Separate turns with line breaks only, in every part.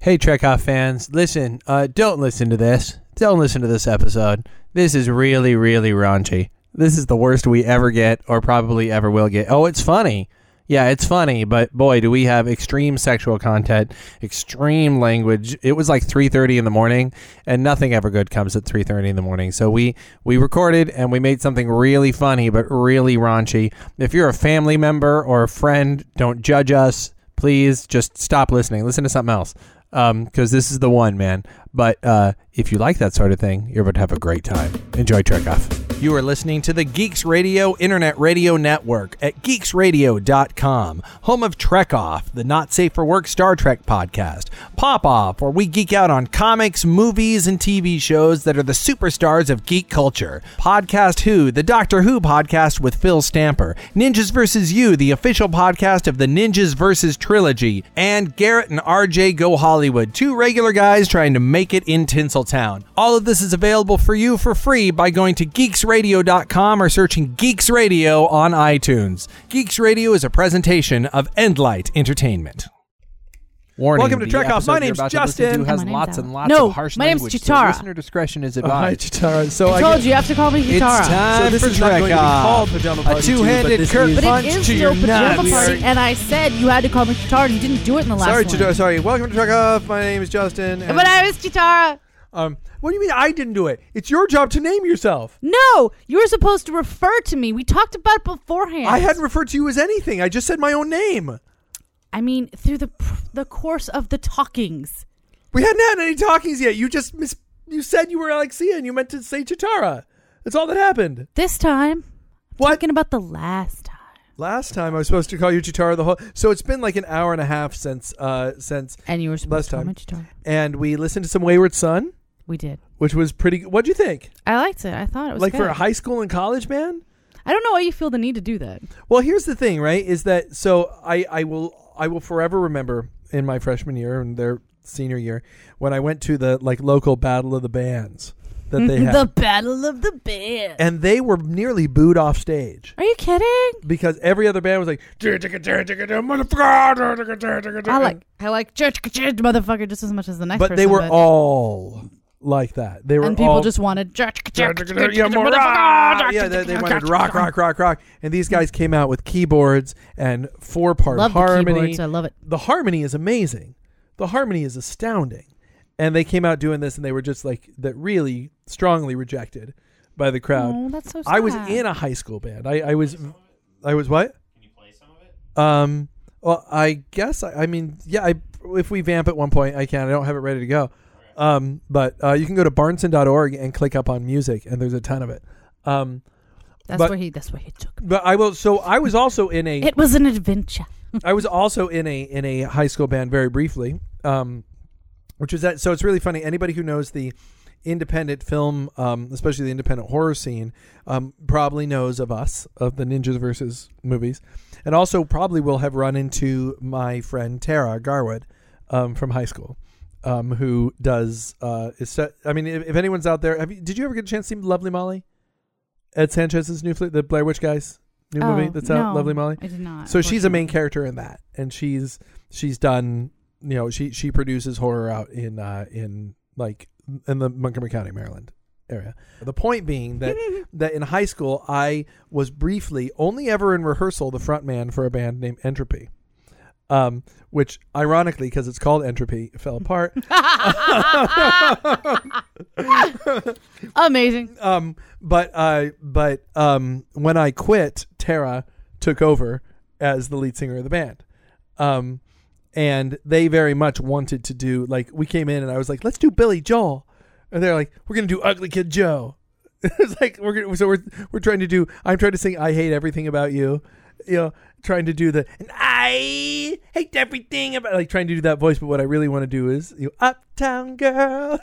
Hey, Trek Off fans, listen, uh, don't listen to this. Don't listen to this episode. This is really, really raunchy. This is the worst we ever get, or probably ever will get. Oh, it's funny. Yeah, it's funny, but boy, do we have extreme sexual content, extreme language. It was like 3:30 in the morning, and nothing ever good comes at 3:30 in the morning. So we we recorded and we made something really funny but really raunchy. If you're a family member or a friend, don't judge us. Please just stop listening. Listen to something else because this is the one, man. But uh, if you like that sort of thing, you're about to have a great time. Enjoy Trek Off. You are listening to the Geeks Radio Internet Radio Network at geeksradio.com, home of Trek Off, the not safe for work Star Trek podcast, Pop Off, where we geek out on comics, movies, and TV shows that are the superstars of geek culture, Podcast Who, the Doctor Who podcast with Phil Stamper, Ninjas vs. You, the official podcast of the Ninjas vs. trilogy, and Garrett and RJ Go Hollywood, two regular guys trying to make it in Tinseltown. All of this is available for you for free by going to geeksradio.com or searching Geeks Radio on iTunes. Geeks Radio is a presentation of Endlight Entertainment. Warning,
Welcome to
the
Trek Off.
episode
My
you're
name's
about to listen
Justin.
to has
Oh, my name's
lots
Alan.
and lots
No,
of harsh
my name's
language, so
Chitara.
listener discretion is
Hi,
advised.
Chitara. So I,
told
guess-
you, you have to call me
It's
Katara.
time
So this
for
is not
Trek
going to be
Off.
called Pajama
a
Party 2, but
two-handed
this
Kirk
is-
But
punch
it is
to
still
your
pajama
nuts.
party, and I said you had to call me Katara, and you didn't do it in the last
Sorry,
one.
Chitara. Sorry. Welcome to Truck Off. My name is Justin. and-
But I was Katara.
um, what do you mean I didn't do it? It's your job to name yourself.
No, you were supposed to refer to me. We talked about it beforehand.
I hadn't referred to you as anything. I just said my own name.
I mean, through the pr- the course of the talkings.
We hadn't had any talkings yet. You just mis- you said you were Alexia and you meant to say Chitara. That's all that happened.
This time,
What?
talking about the last time.
Last time I was supposed to call you Chitara the whole. So it's been like an hour and a half since uh since
And you were
Last
supposed to call
time.
me Katara.
and we listened to some Wayward Son,
We did.
which was pretty. g- What'd you think?
I liked it. I thought it was
Like
good.
for a high school and college band.
I don't know why you feel the need to do that.
Well, here's the thing, right? Is that so? I I will I will forever remember in my freshman year and their senior year when I went to the like local battle of the bands that they had,
the battle of the band.
and they were nearly booed off stage
Are you kidding?
because every other band was like,
I
I
like I like church church motherfucker just as much as the next
Uh, but
person.
they were all like that. They were
and people
all,
just wanted church church church
yeah, more rock. Yeah, they, they wanted rock, rock, rock, rock. And these guys came out with keyboards and four part
Love the
harmony.
keyboards. I love it.
the harmony is amazing. The harmony is astounding. And they came out doing this and they were just like that really strongly rejected by the crowd.
Oh, that's so sad.
I was in a high school band. I, I was I was what? Um well I guess I, I mean yeah, I if we vamp at one point I can. I don't have it ready to go. Um but uh, you can go to barneson.org and click up on music and there's a ton of it. Um
That's
but-
where he. That's where he took. Me.
but I will so I was also in a
It was an adventure.
I was also in a in a high school band very briefly, um, which was that. So it's really funny. Anybody who knows the independent film, um, especially the independent horror scene, um, probably knows of us of the Ninjas versus movies, and also probably will have run into my friend Tara Garwood um, from high school. Um, who does uh, is set, I mean, if, if anyone's out there, have you, did you ever get a chance to see Lovely Molly? Ed Sanchez's new flick, the Blair Witch guys new movie that's out,
Oh, no,
Lovely Molly.
I did not.
So she's a main
unfortunately.
character in that, and she's she's done. You know, she she produces horror out in uh, in like in the Montgomery County, Maryland area. The point being that that in high school I was briefly only ever in rehearsal the front man for a band named Entropy. Um, which ironically, because it's called Entropy, fell apart.
Amazing.
um, but uh, but um, when I quit, Tara took over as the lead singer of the band. Um, and they very much wanted to do like we came in and I was like, let's do Billy Joel, and they're like, we're gonna do Ugly Kid Joe. it's like we're gonna, so we're we're trying to do. I'm trying to sing I hate everything about you, you know, trying to do the and I hate everything about like trying to do that voice. But what I really want to do is you know, Uptown Girl.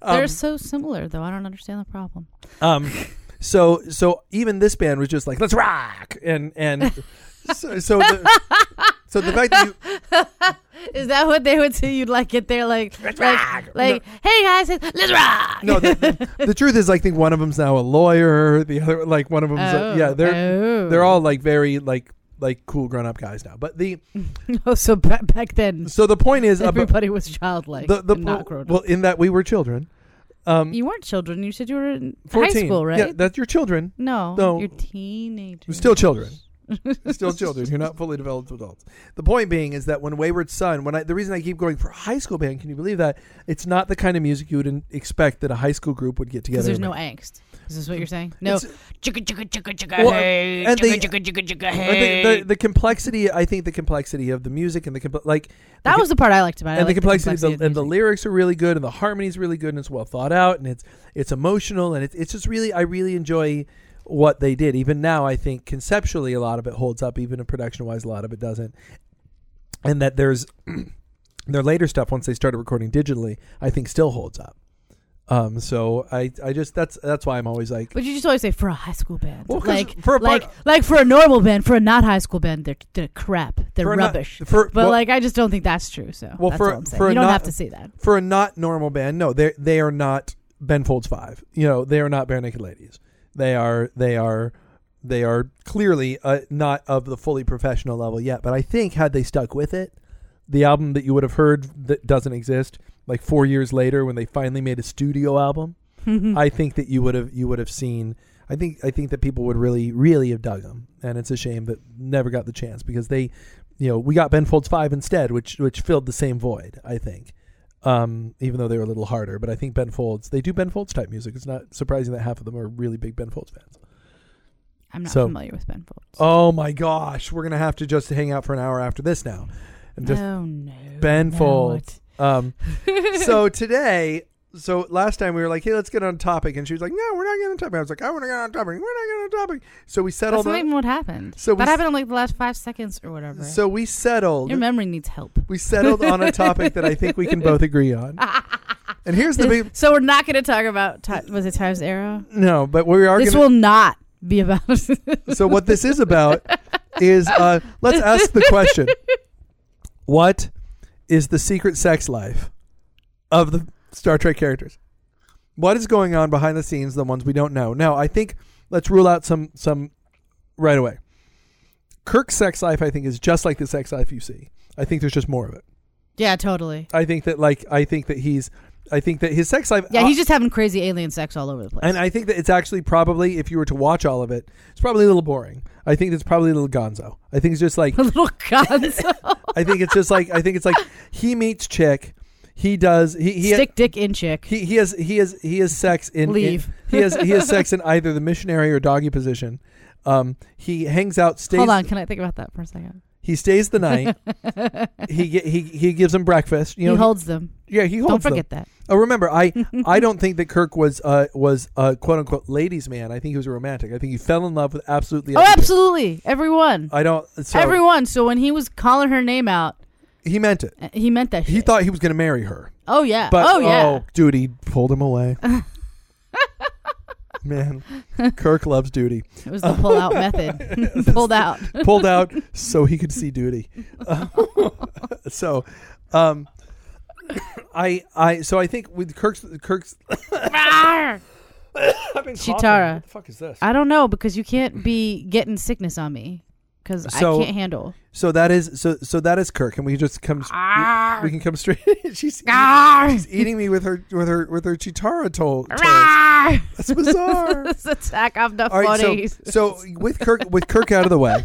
They're so similar, though. I don't understand the problem.
Um, so so even this band was just like, let's rock, and and so, so the so the fact that you
Is that what they would say? You'd like it there, like,
Let's rock.
like, like hey guys, it's- let's rock.
no, the, the, the truth is, I think one of them's now a lawyer, the other like one of them's a-
Oh,
yeah, they're
oh.
they're all like very like like cool grown up guys now. But the
oh, so ba- back then
so the point is about-
everybody was childlike
the, the
and not grown up.
well in that we were children. Um,
you weren't children. You said you were in
14.
high school, right?
Yeah, that's your children.
no,
No.
you're teenagers.
Still children. Still children. You're not fully developed adults. The point being is that when Wayward Son, when I the reason I keep going for high school band, can you believe that? It's not the kind of music you would in- expect that a high school group would get together.
Because there's
and
no
make.
angst. Is this what you're saying? No.
It's-
Chicka chicka chicka chicka
Well,
hey.
and the-
Chicka chicka chicka chicka
I think
hey.
the, the complexity, I think the complexity of the music and the compl- like
That
the-
was the part I liked about it. I
and the
liked
complexity, of the,
of
and the
music.
lyrics are really good and the harmony's really good and it's well thought out and it's it's emotional and it's it's just really I really enjoy what they did. Even now I think conceptually a lot of it holds up even in production wise a lot of it doesn't. And that there's their later stuff once they started recording digitally I think still holds up. Um so I I just that's that's why I'm always like
But you just always say for a high school band,
Well, 'cause
like
for a part-
like like for a normal band, for a not high school band, they're they're crap, they're
for a not-
rubbish.
for
but
well,
like I just don't think that's true. So
Well,
that's
for-
all I'm saying.
for a
you don't
not-
have to say that.
for a not normal band, no, they they are not Ben Folds Five. You know, they are not Bare Naked Ladies. They are they are they are clearly uh, not of the fully professional level yet. But I think had they stuck with it, the album that you would have heard that doesn't exist, like four years later when they finally made a studio album, I think that you would have you would have seen. I think I think that people would really really have dug them, and it's a shame that never got the chance because they, you know, we got Ben Folds Five instead, which which filled the same void. I think, um, even though they were a little harder, but I think Ben Folds they do Ben Folds type music. It's not surprising that half of them are really big Ben Folds fans.
I'm not
so-
familiar with Ben Folds.
Oh my gosh, we're gonna have to just hang out for an hour after this now, and just
oh no,
Ben
Now
Folds. um, so today, so last time we were like, hey, let's get on topic, and she was like, no, we're not getting on topic. I was like, I want to get on topic. We're not getting on topic. So we
That's
settled.
not
On,
even what happened.
So we
that
s-
happened in like the last five seconds or whatever.
so we settled.
Your memory needs help.
we settled on a topic that I think we can both agree on. And here's the big
So we're not going to talk about ti- was it Times Era?
no, but we are
This
going.
will not be about.
So what this is about is uh, let's ask the question: What is the secret sex life of the Star Trek characters? What is going on behind the scenes? The ones we don't know. Now, I think let's rule out some some right away. Kirk's sex life, I think, is just like the sex life you see. I think there's just more of it.
yeah, totally.
I think that like I think that he's I think that his sex life
Yeah, he's just having crazy alien sex all over the place.
Uh, and I think that it's actually probably if you were to watch all of it, it's probably a little boring. I think it's probably a little gonzo. I think it's just like
a little gonzo.
I think it's just like I think it's like he meets chick, he does he he
Stick dick in chick.
he, he has he has he has sex in in-
Leave.
he has he has sex in either the missionary or doggy position. Um, he hangs out, stays
Hold on, can I think about that for a second?
he stays the night. he ge- he he gives him breakfast. You know,
he holds them.
yeah, he holds
Don't
them.
forget that.
Oh, remember, I I don't think that Kirk was uh, was a quote unquote ladies' man. I think he was a romantic. I think he fell in love with absolutely.
oh,
everybody.
absolutely, everyone,
I don't. Uh, So
everyone. So when he was calling her name out,
he meant it.
uh, he meant that.
He
shit.
thought he was going to marry her,
Oh yeah.
but
oh yeah.
dude, he pulled him away. Man, Kirk loves duty.
It was the pull out method. Pulled out.
Pulled out so he could see duty. so, um, I I so I think with Kirk's Kirk's.
I
I've been
coughing. Chitara. What the
fuck is this?
don't know because you can't be getting sickness on me because
So-
I can't handle.
So that is so so that is Kirk, and we just come.
Ah.
We, we can come straight. she's, she's eating me with her with her with her chitara toll. That's bizarre.
this attack of the
All right, so,
funnies
so with Kirk with Kirk out of the way,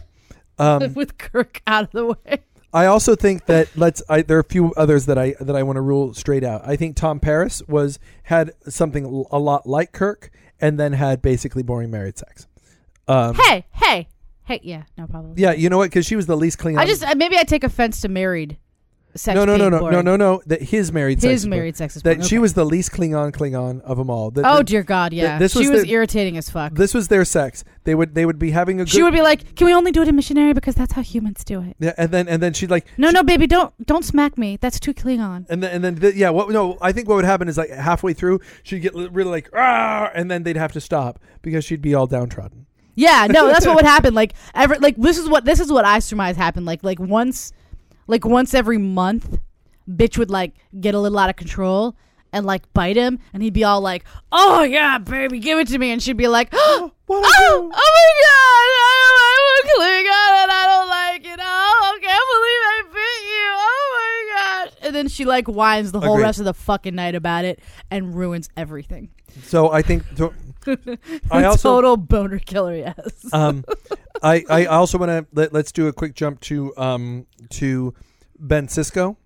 um,
with Kirk out of the way.
I also think that let's. I, there are a few others that I that I want to rule straight out. I think Tom Paris was had something l- a lot like Kirk, and then had basically boring married sex. Um,
Hey, hey, hey. Yeah, no problem.
yeah, you know what? Because she was the least clean.
I just uh, maybe I take offense to married sex.
no no no
being
no no
boring.
no no that his married sex
His
was-
married sex is
that
boring.
she
Okay.
was the least Klingon Klingon of them all. That-
Oh
that-
dear God, yeah.
this was
she was
the-
irritating as fuck.
this was their sex. They would they would be having a good.
she would be like, "Can we only do it in missionary because that's how humans do it?"
yeah, and then and then she'd like
No,
she-
no, baby, don't don't smack me. That's too Klingon.
And then, and then, the, yeah. What? No, I think what would happen is like halfway through, she'd get li- really like, ah, and then they'd have to stop because she'd be all downtrodden.
Yeah, no, that's what would happen. Like every like this is what this is what I surmise happened. Like like once like once every month, bitch would like get a little out of control and like bite him and he'd be all like, Oh yeah, baby, give it to me and she'd be like, Oh,
What?
oh my god, oh, I nuclear gun and I don't like it. Oh, I can't believe I bit you. Oh my gosh. And then she like whines the whole
Agreed.
rest of the fucking night about it and ruins everything.
So I think to, I also
Total boner killer, yes.
um, I I also want to let, let's do a quick jump to um to Ben Cisco.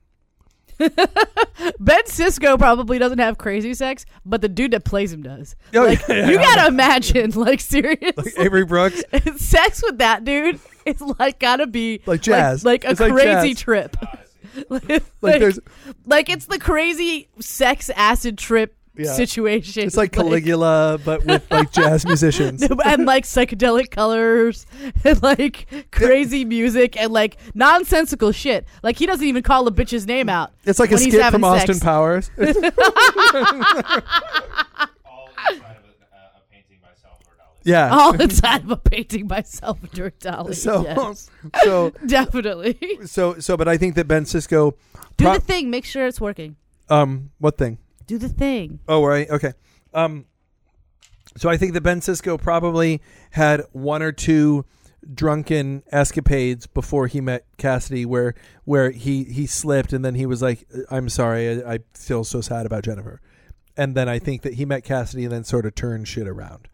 Ben Cisco probably doesn't have crazy sex, but the dude that plays him does.
Oh,
like,
yeah,
you
yeah.
gotta imagine, like, seriously.
Like Avery Brooks.
sex with that dude is like gotta be
Like jazz.
like, a
It's like
crazy
jazz.
trip. like,
Like there's
like, it's the crazy sex acid trip
Yeah.
situation.
it's like Caligula but with like jazz musicians.
and like psychedelic colors and like crazy music and like nonsensical shit. Like he doesn't even call a bitch's name out.
It's like a
when he's
skit
having
from Austin
sex.
Powers.
all inside of a, uh, a painting by Salvador Dali.
yeah.
All the time of painting by Salvador Dali.
so
Oh, yes,
so
definitely.
so so but I think that Ben Cisco
Do
Pro-
the thing. Make sure it's working.
um what thing?
Do the thing.
Oh, right. Okay. Um, so I think that Ben Cisco probably had one or two drunken escapades before he met Cassidy, where where he he slipped and then he was like, "I'm sorry, I, I feel so sad about Jennifer," and then I think that he met Cassidy and then sort of turned shit around.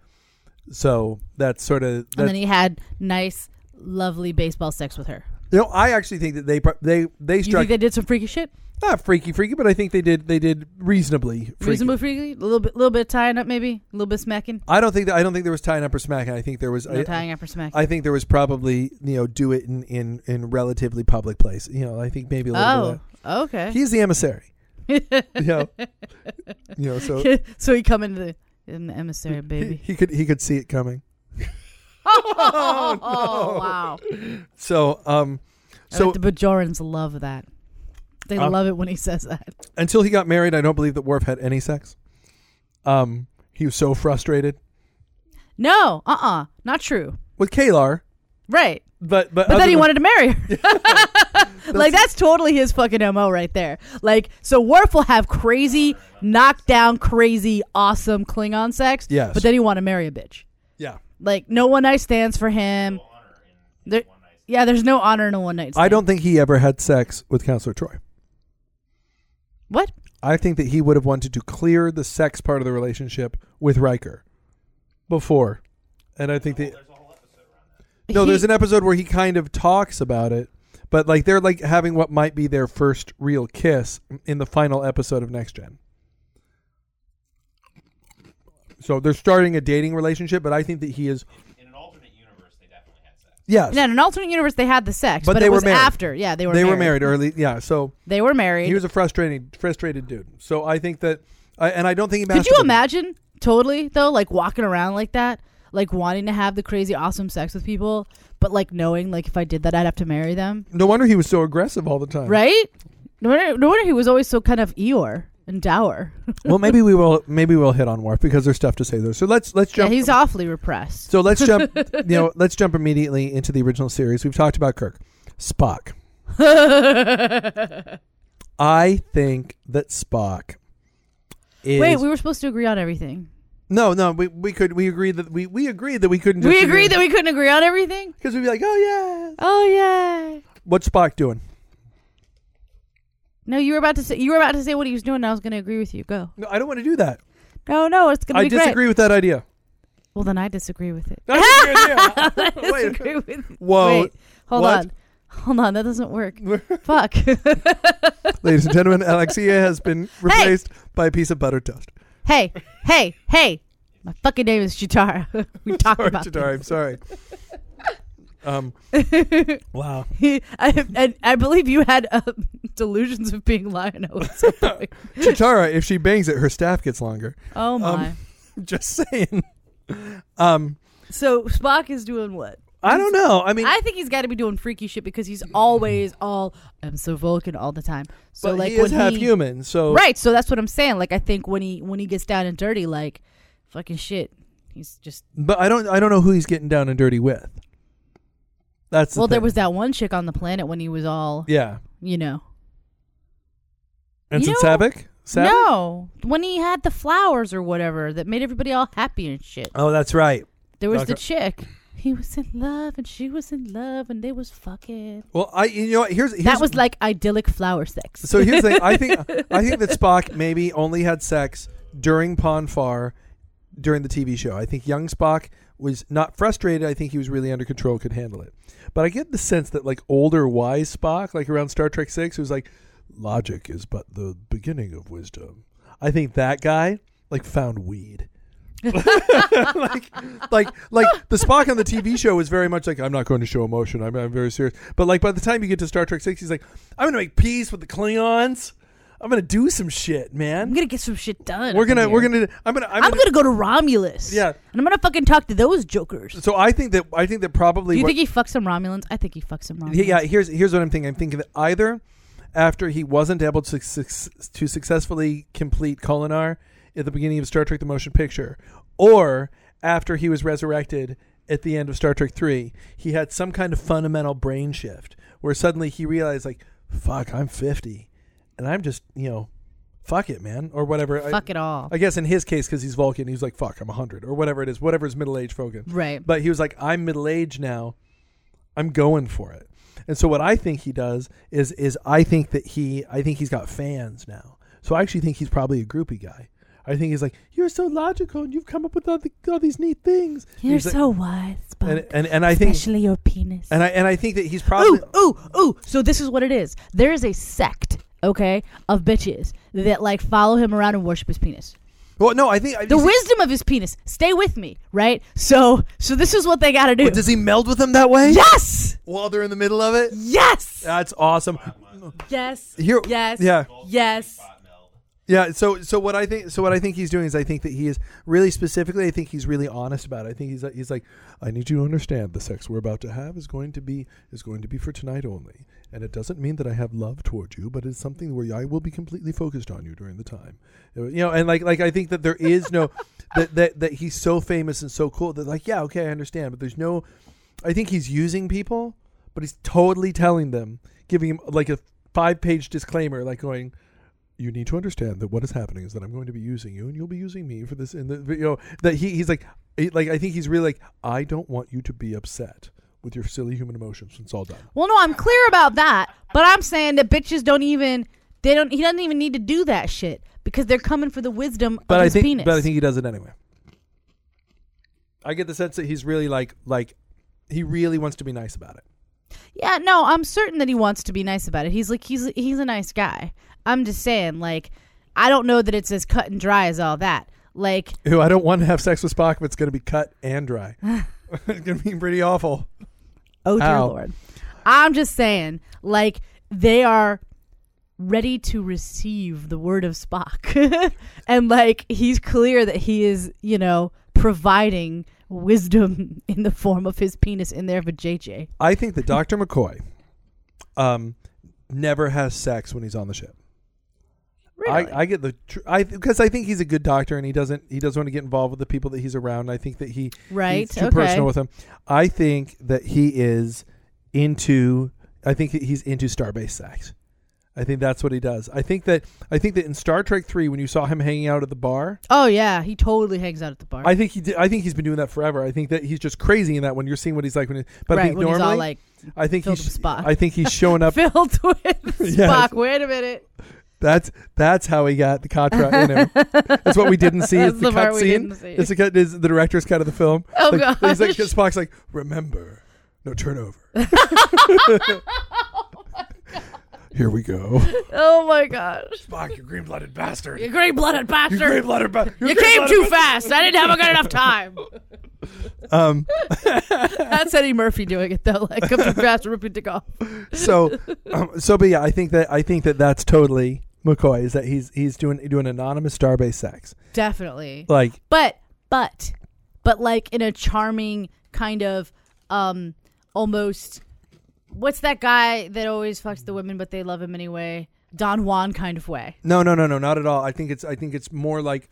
So that's sort of
and
that.
then he had nice, lovely baseball sex with her.
You know, I actually think that they pro- they they
You
struck
think they did some freaky shit?
not freaky freaky, but I think they did they did reasonably freaky.
Reasonable freaky? A little bit, little bit tying up, maybe a little bit smacking.
I don't think that I don't think there was tying up or smacking. I think there was
No
I,
tying up or smacking.
I think there was probably you know do it in in in relatively public place. You know, I think maybe a little. bit
oh,
of that.
okay.
he's the emissary. you know, you know, so
so he come into the, in the emissary,
he,
baby.
he could he could see it coming.
oh, wow!
So um, so
So the Bajorans love that. They
Um,
love it when he says that.
until he got married, I don't believe that Worf had any sex. Um, he was so frustrated
No, uh, uh not true.
with Kalar,
Right,
but but
but
other
then he
than-
wanted to marry her. like that's totally his fucking mo right there. Like so, Worf will have crazy, knockdown, crazy, awesome Klingon sex.
Yes.
but then he want to marry a bitch.
yeah.
Like no one night stands for him. There, yeah, there's no honor in a one night. Stand.
I don't think he ever had sex with Counselor Troy.
What?
I think that he would have wanted to clear the sex part of the relationship with Riker before, and I think that No, there's
He-
an episode where he kind of talks about it, but like they're like having what might be their first real kiss in the final episode of Next Gen. So they're starting a dating relationship, but I think that he is
In an alternate universe, they definitely had sex.
yes.
No, in an alternate universe, they had the sex,
But
but,
they
it
were
was
married.
after. Yeah, they were.
they
married.
were married early, yeah. So
They were married.
he was a frustrating, frustrated dude. So I think that, I, and I don't think he.
Could you
masturbated.
imagine? Totally though, like walking around like that, like wanting to have the crazy awesome sex with people, but like knowing like if I did that, I'd have to marry them,
No wonder he was so aggressive all the time.
right? No wonder, no wonder he was always so kind of eeyore and dour.
well, maybe we will. Maybe we'll hit on Worf because there's stuff to say there. So let's let's
yeah,
jump.
he's awfully repressed.
So let's jump, you know, let's jump immediately into the original series. We've talked about Kirk, Spock. I think that Spock is
Wait, we were supposed to agree on everything.
no, no. We, we could we agreed that we we agreed that we couldn't.
we agreed that we couldn't agree on everything.
because we'd be like, oh yeah,
Oh yeah.
what's Spock doing?
No, you were about to say you were about to say what he was doing. And I was going to agree with you. Go.
No, I don't want to do that.
No, no, it's going to
I
be
disagree
great.
with that idea.
Well, then I disagree with it.
I
I
disagree with you.
disagree with it.
Whoa,
Wait, hold
Oh, what?
on. Hold on, that doesn't work. Fuck.
ladies and gentlemen, Alexia has been replaced by a piece of butter toast.
hey, hey, hey. My fucking name is Chitara. we talked
Sorry,
about
Jadar, I'm sorry. Um, wow.
this. I, and I believe you had uh, delusions of being Lionel. at some point.
Chitara, if she bangs it, her staff gets longer.
oh my.
Just saying. Um,
so Spock is doing what?
I don't know. I mean,
I think he's got to be doing freaky shit because he's always all I'm so Vulcan all the time. So
but
like
he is
when
half
he,
human, so
Right, so that's what I'm saying. Like I think when he when he gets down and dirty, like fucking shit, he's just
But I don't. I don't know who he's getting down and dirty with. That's the
well. There
thing.
was that one chick on the planet when he was all
yeah.
you know.
Ensign
You know-
Sabic. Sabic?
No, when he had the flowers or whatever that made everybody all happy and shit.
Oh, that's right.
There was
Okay.
the chick. He was in love and she was in love and they was fucking.
Well, I you know what, here's, here's
that was like idyllic flower sex.
So here's the thing. I think I think that Spock maybe only had sex during Ponfar, during the TV show. I think young Spock was not frustrated. I think he was really under control, could handle it. But I get the sense that like older wise Spock, like around Star Trek Six, who's like, logic is but the beginning of wisdom. I think that guy like found weed. like, like, like the Spock on the TV show is very much like I'm not going to show emotion. I'm, I'm very serious. But like by the time you get to Star Trek Six, he's like, I'm going to make peace with the Klingons. I'm going to do some shit,
I'm
man.
gonna get some shit done.
We're gonna,
over
we're
here.
gonna, I'm gonna, I'm
I'm
gonna.
gonna go to Romulus.
Yeah.
and I'm gonna fucking talk to those jokers.
So I think that I think that probably
Do you
what-
think he fucks some Romulans? I think he fucks some Romulans.
yeah, yeah, here's here's what I'm thinking. I'm thinking that either after he wasn't able to suc- to successfully complete Kolinar at the beginning of Star Trek: The Motion Picture, or after he was resurrected at the end of Star Trek Three, he had some kind of fundamental brain shift where suddenly he realized, like, fuck, I'm 50, and I'm just you know, fuck it, man, or whatever. I-
fuck it all.
I, guess in his case, because he's Vulcan, he's like, fuck, I'm 100, or whatever it is, whatever his middle age Vulcan.
right.
But he was like, I'm middle aged now. I'm going for it. And so what I think he does is is I think that he I think he's got fans now. So I actually think he's probably a groupie guy. I think he's like, You're so logical and you've come up with all, the, all these neat things.
You're
He's like-
so wise, Spock.
and, and and I think
especially your penis.
and I and I think that he's
ooh,
probably
ooh, ooh. So this is what it is. There is a sect, okay, of bitches that like follow him around and worship his penis.
Well no, I think I
The wisdom of his penis. Stay with me, right? So, so this is what they gotta do.
But does he meld with them that way?
yes,
While they're in the middle of it?
yes,
That's awesome.
yes,
Here
yes,
Yeah.
yes.
Bot meld.
Yeah, so so what I think so what I think he's doing is I think that he is really specifically I think he's really honest about it. I think he's like- he's like I need you to understand the sex we're about to have is going to be is going to be for tonight only. And it doesn't mean that I have love toward you, but it's something where I will be completely focused on you during the time. Uh, You know, and like like I think that there is no that that that he's so famous and so cool that like yeah, okay, I understand, but there's no I think he's using people, but he's totally telling them, giving him like a five-page disclaimer like going you need to understand that what is happening is that I'm going to be using you and you'll be using me for this. And the, you know that he, he's like, he- like I think he's really like, I don't want you to be upset with your silly human emotions. It's all done.
Well, no, I'm clear about that, but I'm saying that bitches don't even they don't. He doesn't even need to do that shit because they're coming for the wisdom
But
of
I
his
think,
penis.
but I think he does it anyway. I get the sense that he's really like, like he really wants to be nice about it.
Yeah, no, I'm certain that he wants to be nice about it. He's like he's he's a nice guy. I'm just saying, like, I don't know that it's as cut and dry as all that. Like,
Who I don't want to have sex with Spock, but it's going to be cut and dry. it's going to be pretty awful.
oh dear
Ow.
lord. I'm just saying, like, they are ready to receive the word of Spock. and like he's clear that he is, you know, providing wisdom in the form of his penis in there for JJ.
I think that Dr. McCoy, um, never has sex when he's on the ship.
Really?
I, I get the tr- I because I think he's a good doctor and he doesn't he doesn't want to get involved with the people that he's around. I think that he
right.
he's too
okay.
personal with them. I think that he is into I think that he's into starbase sex. I think that's what he does. I think that I think that in Star Trek 3 when you saw him hanging out at the bar,
oh yeah, he totally hangs out at the bar.
I think he did, I think he's been doing that forever. I think that he's just crazy in that when you're seeing what he's like when he, but I
right,
think
when
normally
he's all like
I think
filled
he's
with Spock.
I think he's showing up
filled with
Yes.
Spock. Wait a minute.
That's that's how he got the contract in him. That's what we didn't see.
That's
It's the,
the part
cut
we
scene.
didn't see.
It's the cut, is the director's cut of the film.
Oh,
like, He's like
gosh.
Spock's like, remember, no turnover. Here we go.
Oh my gosh.
Spock, you green blooded bastard.
You green blooded
You
bastard.
green blooded bastard.
You came too fast. I didn't have a good enough time.
Um,
That's Eddie Murphy doing it though. Like come too fast, rip your dick off.
so, um, so, but yeah, I think that I think that that's totally McCoy. Is that he's he's doing doing anonymous starbase sex,
Definitely.
like
But but but like in a charming kind of um almost what's that guy that always fucks the women but they love him anyway? Don Juan kind of way.
No, no, no, no, not at all. I think it's I think it's more like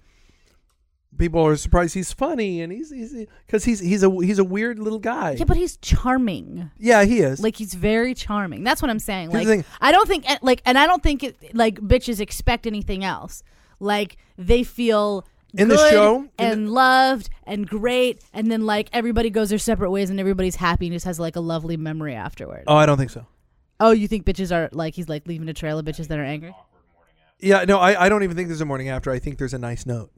people are surprised he's funny and he's he's because he's he's a he's a weird little guy.
Yeah, but he's charming.
yeah, he is.
Like he's very charming. That's what I'm saying.
Here's
Like
the thing.
I don't think like and I don't think it, like bitches expect anything else. Like they feel
In
good
the show, in
and loved and great, and then like everybody goes their separate ways and everybody's happy and just has like a lovely memory afterward.
the- oh, I don't think so.
oh, you think bitches are like he's like leaving a trail of bitches that are angry?
Yeah, no, I, I don't even think there's a morning after. I think there's a nice note.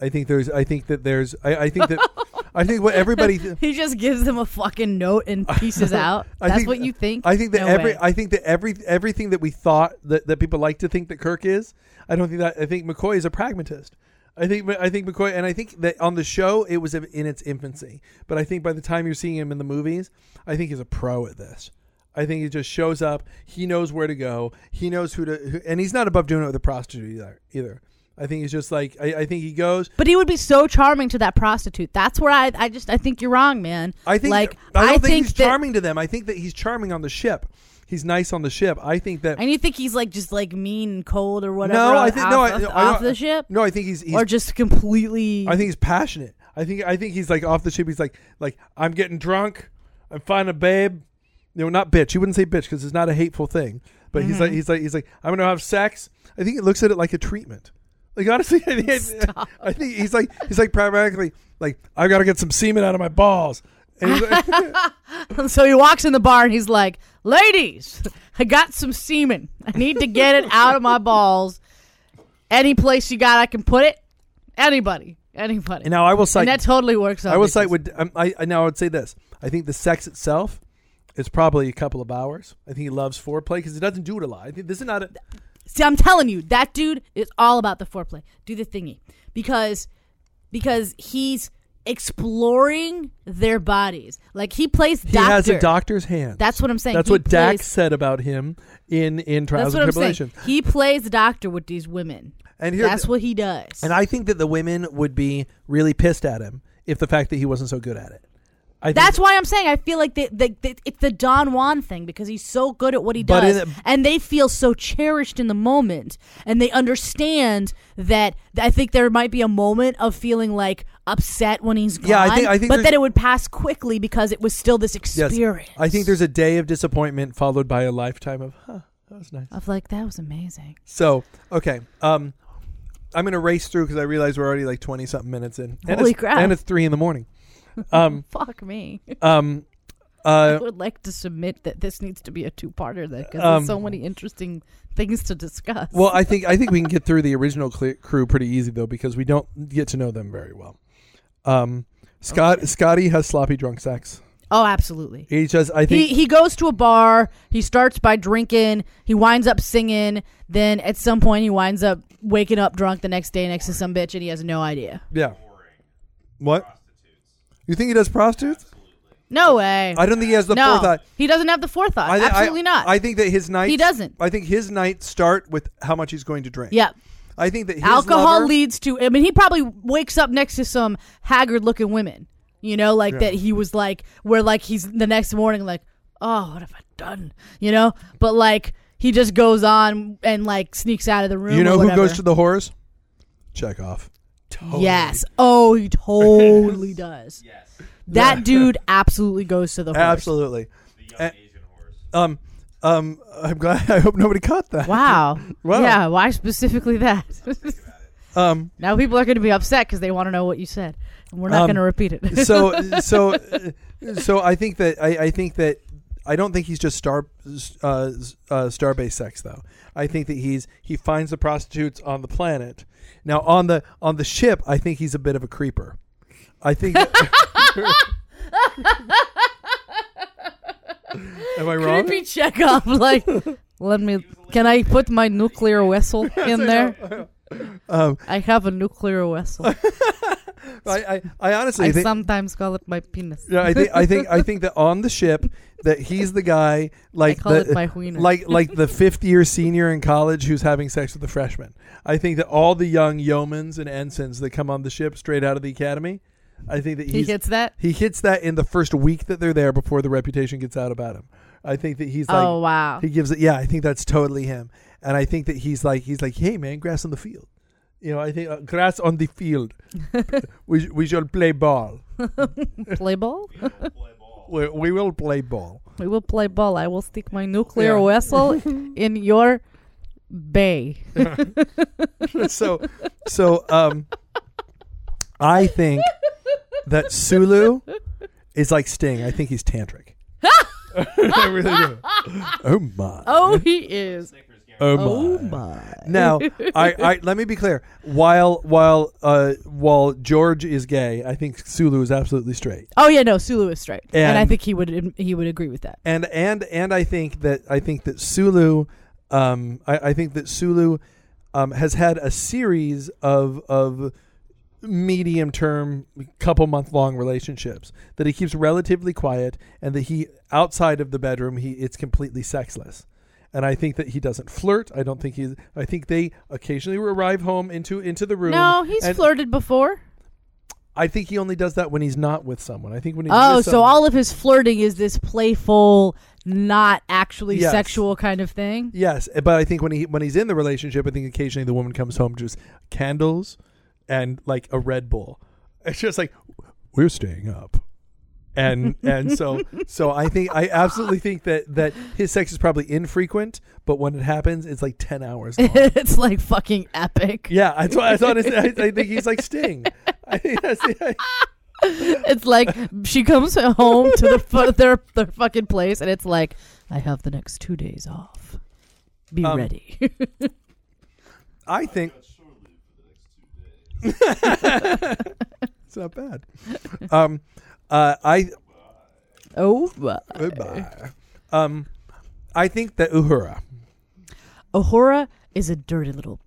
I think there's. I think that there's. I, I think that. I think what everybody.
He just gives them a fucking note and pieces out.
I
That's
think-
what you think.
I think that
No
every.
way.
I think that every everything that we thought that, that people like to think that Kirk is. I don't think that. I think McCoy is a pragmatist. I think. I think McCoy, and I think that on the show it was in its infancy. But I think by the time you're seeing him in the movies, I think he's a pro at this. I think he just shows up. He knows where to go. He knows who to, who, and he's not above doing it with a prostitute either. Either. I think he's just like I, I think he goes.
but he would be so charming to that prostitute. That's where I, I just, I think you're wrong, man.
I think
like
I don't think,
think
he's
that,
charming to them. I think that he's charming on the ship. He's nice on the ship. I think that
and you think he's like just like mean and cold or whatever.
no, I
off-
think no, I,
off,
no, I
off
don't-
the ship,
No, I think he's, he's
or just completely.
I think he's passionate. I think I think he's like off the ship. He's like like I'm getting drunk. I'm finding a babe. You know, not bitch. You wouldn't say bitch because it's not a hateful thing. But he's
Mm-hmm.
like he's like he's like I'm gonna have sex. I think he looks at it like a treatment. Like honestly, I think,
Stop.
I think he's like he's like pragmatically like I've got to get some semen out of my balls. And he's like,
So he walks in the bar and he's like, "Ladies, I got some semen. I need to get it out of my balls. Any place you got, I can put it. Anybody, anybody."
and now I will cite
and that totally works. On
I will
bitches.
say would um, I, I now I would say this. I think the sex itself is probably a couple of hours. I think he loves foreplay because he doesn't do it a lot. I think this is not a
See, I'm telling you, that dude is all about the foreplay. Do the thingy because because he's exploring their bodies. Like he plays
he
doctor.
has a doctor's hand.
That's what I'm saying.
That's
He
what
plays-
Dax said about him in in
That's
Trials
what
and
I'm saying.
Tribulations.
He plays doctor with these women.
And here,
That's what he does.
and I think that the women would be really pissed at him if the fact that he wasn't so good at it. I think
That's why I'm saying I feel like they, they, they, it's the Don Juan thing because he's so good at what he
But
does,
in a-
and they feel so cherished in the moment, and they understand that. I think there might be a moment of feeling like upset when he's gone.
Yeah, I think- I think
but
there's-
that it would pass quickly because it was still this experience.
I think there's a day of disappointment followed by a lifetime of huh, that was nice.
of like that was amazing.
So okay, um, I'm gonna race through because I realize we're already like twenty something minutes in. And
Holy
it's,
crap.
And it's three in the morning. Um,
Fuck me.
um,
I
uh,
would like to submit that this needs to be a two-parter then because
Um,
there's so many interesting things to discuss.
well, I think I think we can get through the original cle crew pretty easy though because we don't get to know them very well. Um, Scott Scotty has sloppy drunk sex.
oh, absolutely.
He just I
he
think
he goes to a bar. He starts by drinking. He winds up singing. Then at some point, he winds up waking up drunk the next day next to some bitch, and he has no idea.
yeah. What you think he does prostitutes?
No way.
I don't think he has the
no,
forethought.
he doesn't have the forethought.
I thi- I-
Absolutely not.
I think that his nights.
He doesn't.
I think his nights start with how much he's going to drink.
yeah.
I think that his
Alcohol
lover-
leads to. I mean, he probably wakes up next to some haggard-looking women. You know, like that he was like where like he's the next morning like, oh, what have I done? You know, but like he just goes on and like sneaks out of the room.
You
or
know who
whatever.
goes to the horrors? Check off. Totally.
Yes. Oh, he totally does.
Yes.
That dude absolutely goes to the horse.
Absolutely.
The young
Uh,
Asian horse.
Um, um, I'm glad. I hope nobody caught that.
Wow.
Wow.
Yeah. Why specifically that?
Um,
now people are going to be upset because they want to know what you said, and we're not
Um,
going to repeat it.
so, so, so I think that I, I think that I don't think he's just star, uh, uh, starbase sex though. I think that he's he finds the prostitutes on the planet. Now on the on the ship, I think he's a bit of a creeper. I think. Am I wrong?
Creepy Chekhov, like, let me. Can I put my nuclear vessel in there?
Um,
I have a nuclear vessel.
I, I, I honestly
I
think,
sometimes call it my penis.
Yeah, I think I think I think that on the ship that he's the guy like
I call
the,
it my wiener.
like like the fifth year senior in college who's having sex with the freshman. I think that all the young yeomans and ensigns that come on the ship straight out of the academy, I think that
he
he's,
hits that.
he hits that in the first week that they're there before the reputation gets out about him. I think that he's like
oh wow.
he gives it. Yeah, I think that's totally him. And I think that he's like he's like, hey man, grass on the field. You know, I think uh, grass on the field. we we shall play ball.
play ball.
We will play ball.
We, we will play ball.
We will play ball. I will stick my nuclear
Yeah.
vessel in your bay.
so so um I think that Sulu is like Sting. I think he's tantric. I really do. Oh my.
Oh, he is.
Oh
Oh my.
Now, I, I let me be clear. While while uh, while George is gay, I think Sulu is absolutely straight.
Oh yeah, no, Sulu is straight, and, I
And-
think he would he would agree with that.
and and and I think that I think that Sulu, um, I, I think that Sulu, um, has had a series of of medium term, couple month long relationships that he keeps relatively quiet, and that he outside of the bedroom he it's completely sexless. And I think that he doesn't flirt. I don't think he's. I think they occasionally arrive home into into the room.
No, he's
and
flirted before.
I think he only does that when he's not with someone. I think when he's
Oh,
with
so
someone-
all of his flirting is this playful, not actually
Yes.
sexual kind of thing.
Yes, eh, but I think when he when he's in the relationship, I think occasionally the woman comes home just candles and like a Red Bull. It's just like we're staying up. And and so so I think I absolutely think that that his sex is probably infrequent, but when it happens, it's like ten hours. Long.
it's like fucking epic.
yeah, that's why I thought it's- I, I think he's like Sting. I think that's the,
It's like she comes home to the fu- their their fucking place, and it's like I have the next two days off. Be
Um,
ready.
I think it's not bad. Um, uh, I
oh, my.
goodbye. Um, I think that Uhura.
Ahura is a dirty little,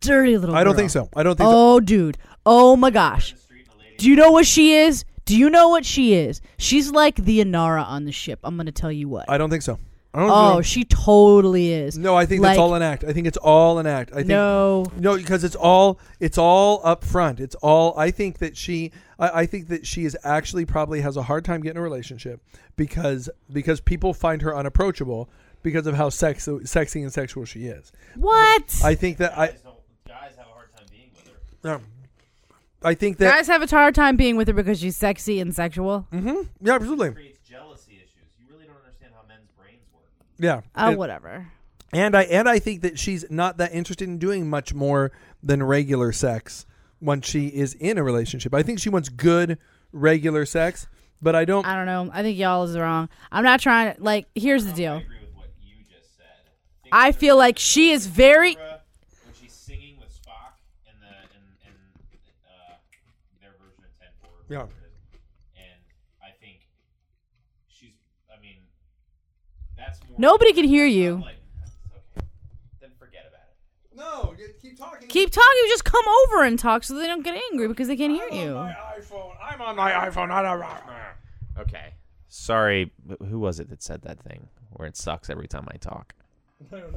dirty little.
I don't
girl.
think so. I don't think so.
Oh, dude. Oh my gosh. Do you know what she is? Do you know what she is? She's like the Inara on the ship. I'm gonna tell you what.
I don't think so. I don't
oh,
know.
she totally is.
no, I think that's
like-
all an act. I think it's all an act. I think
No.
No, because it's all it's all up front. It's all I think that she I, I think that she is actually probably has a hard time getting a relationship because because people find her unapproachable because of how sex sexy and sexual she is.
What?
I think that I
Guys, don't, guys have a hard time being with her.
um, I think that
Guys have a hard time being with her because she's sexy and sexual.
Mm-hmm. yeah, absolutely.
Creates jealousy issues. You really don't understand how men's brains work.
Yeah.
Oh,
It-
whatever.
And I and I think that she's not that interested in doing much more than regular sex when she is in a relationship. I think she wants good regular sex, but I don't.
I don't know. I think y'all is wrong. I'm not trying to like. Here's the deal.
I agree with what you just said. Think
I feel like she is very.
Oprah, when she's singing with Spock in the in, in uh, their version of Ten Four.
Yeah.
And I think she's. I mean, that's more.
Nobody can hear you.
Like, okay, then forget about it.
no, keep talking.
Keep talking. Just come over and talk so they don't get angry because they can't hear you.
iPhone. I'm on my iPhone.
Okay. Sorry, but who was it that said that thing where it sucks every time I talk?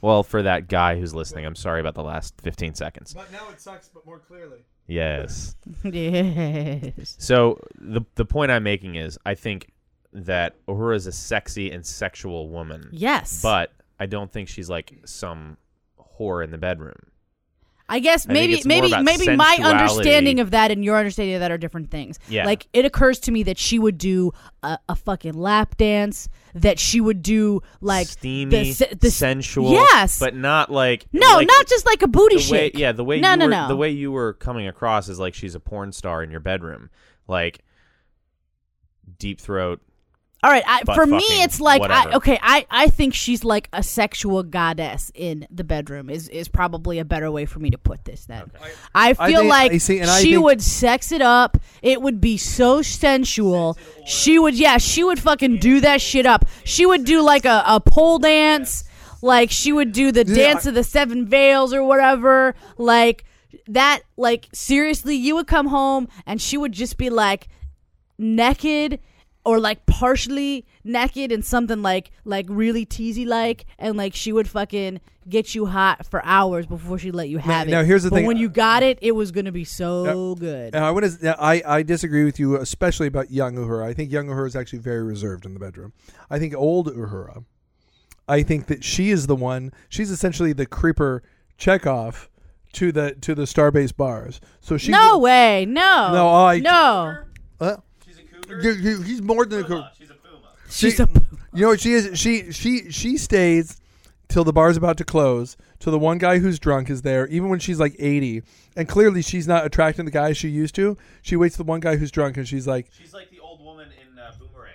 well, for that guy who's listening, I'm sorry about the last 15 seconds.
But now it sucks, but more clearly.
Yes.
yes.
So the the point I'm making is I think that Uhura is a sexy and sexual woman,
Yes.
but I don't think she's like some whore in the bedroom.
I guess
think
maybe
it's more
maybe
about
maybe my
sensuality.
understanding of that and your understanding of that are different things.
Yeah.
Like it occurs to me that she would do a, a fucking lap dance, that she would do like
steamy,
se- the-
sensual,
Yes.
but not like
no,
like
not just like a booty
the way,
shake.
yeah, the way
No,
you
no,
were,
no.
the way you were coming across is like she's a porn star in your bedroom, like deep throat.
All right. I,
Butt
for me,
fucking,
it's like I,
whatever.
okay. I I think she's like a sexual goddess in the bedroom. Is is probably a better way for me to put this. Then I feel
I think-
like
I see, and I
she
think-
would sex it up. It would be so sensual. She would yeah. She would fucking do that shit up. She would do like a, a pole dance. Like she would do the
Yeah,
dance of the seven veils or whatever. Like that. Like seriously, you would come home and she would just be like naked or like partially naked and something like like really teasy like and like she would fucking get you hot for hours before she let you have
now
it.
here's the
But
thing- Uh,
when you got it, it was gonna be so good.
And I want to. I I disagree with you, especially about young Uhura. I think young Uhura is actually very reserved in the bedroom. I think old Uhura. I think that she is the one. She's essentially the creeper Chekhov to the to the starbase bars. So she.
no way, no,
No, I-
no.
Uh,
She's a cougar.
he- he- he's more than a.
She's a puma.
She, Mm,
She's a
you know what she is? She she she stays till the bar's about to close, till the one guy who's drunk is there, even when she's like 80, and clearly she's not attracting the guy she used to. She waits for the one guy who's drunk and she's like,
She's like the old woman in uh, Boomerang.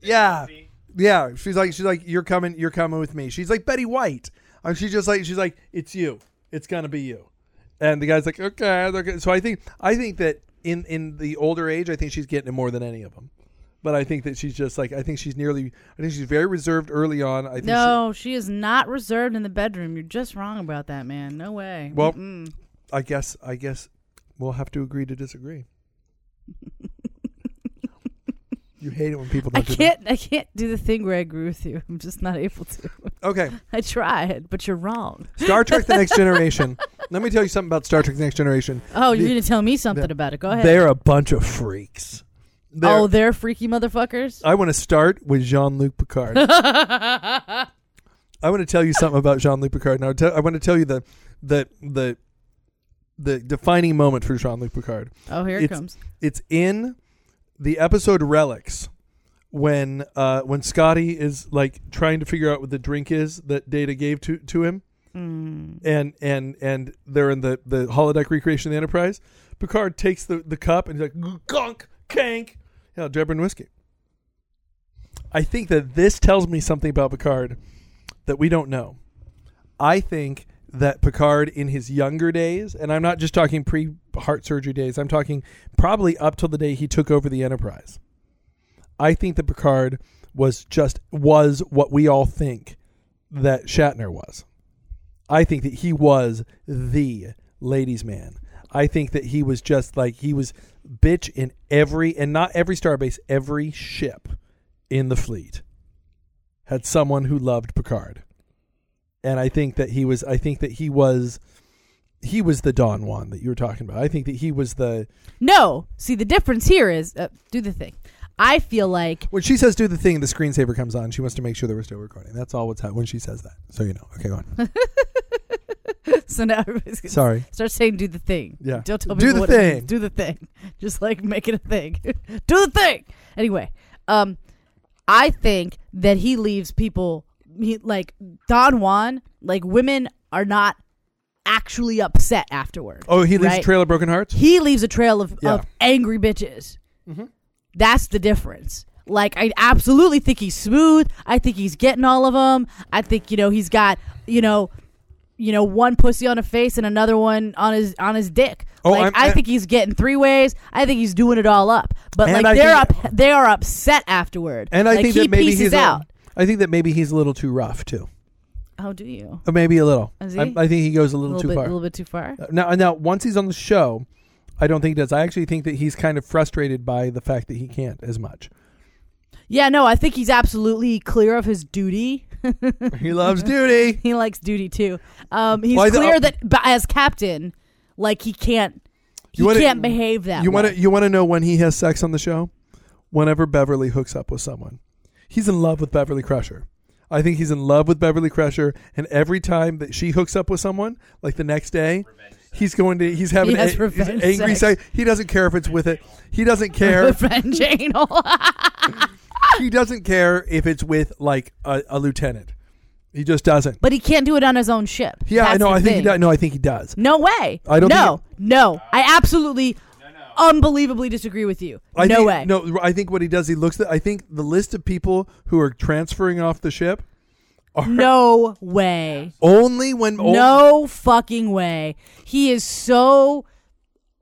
Yeah. coffee. Yeah, she's like she's like you're coming you're coming with me. She's like Betty White. And she's just like she's like it's you. It's going to be you. And the guy's like okay, they're good." so I think I think that in in the older age I think she's getting it more than any of them. But I think that she's just like I think she's nearly I think she's very reserved early on. I think
No, she is not reserved in the bedroom. You're just wrong about that, man. No way.
Well-
Mm-mm.
she, I guess I guess we'll have to agree to disagree. you hate it when people
I
don't do that.
can't. I can't do the thing where I agree with you. I'm just not able to.
Okay.
I tried, but you're wrong.
Star Trek the Next Generation. Let me tell you something about Star Trek the Next Generation.
Oh, you're
The-
gonna tell me something
the-
about it. Go ahead.
They're a bunch of freaks. They're- Oh,
oh, they're freaky motherfuckers.
I want to start with Jean Luc Picard. I want to tell you something about Jean Luc Picard. Now, I want to tell you the the the the defining moment for Jean Luc Picard.
oh, here it
It's-
comes.
It's in the episode Relics when uh, when Scotty is like trying to figure out what the drink is that Data gave to to him.
Mm.
and and and they're in the the holodeck recreation of the Enterprise. Picard takes the the cup and he's like gunk kank, you know, Drebrin whiskey. I think that this tells me something about Picard that we don't know. I think that Picard in his younger days, and I'm not just talking pre heart surgery days, I'm talking probably up till the day he took over the Enterprise. I think that Picard was just was what we all think that Shatner was. I think that he was the ladies' man. I think that he was just like he was bitch in every and not every starbase, every ship in the fleet had someone who loved Picard. And I think that he was I think that he was he was the Don Juan that you were talking about. I think that he was the
No, see the difference here is uh, do the thing. I feel like
when she says do the thing, the screensaver comes on. She wants to make sure that we're still recording. That's all what's happening when she says that. So you know. Okay, go on.
so now everybody's gonna
Sorry.
start saying do the thing.
Yeah.
Don't tell
Do
people
the
what it means.
thing.
Do the thing. Just like make it a thing. do the thing. Anyway, um, I think that he leaves people he, like Don Juan. Like women are not actually upset afterward.
Oh, he leaves
Right.
a trail of broken hearts?
He leaves a trail of,
Yeah. Mm-hmm.
of angry bitches. That's the difference. Like I absolutely think he's smooth. I think he's getting all of them. I think you know he's got you know, you know one pussy on a face and another one on his on his dick.
Oh,
like
I'm-
I
I-
think he's getting three ways. I think he's doing it all up. But
And
like
I
they're
think-
up, they are upset afterward.
And I
Like,
think
he
that maybe
pieces
he's
out.
A, I think that maybe he's a little too rough too.
How Oh, do you?
Uh, maybe a little.
Is he?
I, I think he goes a
A
little,
little
too
bit,
far.
a little bit too far.
Uh, Now, now once he's on the show, I don't think he does. I actually think that he's kind of frustrated by the fact that he can't as much.
Yeah, no, I think he's absolutely clear of his duty.
he loves duty.
He likes duty too. Um, he's
Well, I th- uh,
clear that but as captain, like he can't, he
You wanna-
can't behave that.
You want
way.
to you want to know when he has sex on the show? Whenever Beverly hooks up with someone, he's in love with Beverly Crusher. I think he's in love with Beverly Crusher, and every time that she hooks up with someone, like the next day, he's going to he's having
He has
a- he's
revenge
angry
sex.
sex. He doesn't care if it's with it. He doesn't care.
friend Jane.
he doesn't care if it's with like a, a lieutenant. He just doesn't.
but he can't do it on his own ship.
Yeah, I
That's
know.
the
I think he
thing.
does. No, I think he does.
No way.
I don't
No, no. I absolutely, unbelievably disagree with you.
I
no
think,
way.
No, I think what he does, he looks. At, I think the list of people who are transferring off the ship are
No way.
only when
No fucking way. He is so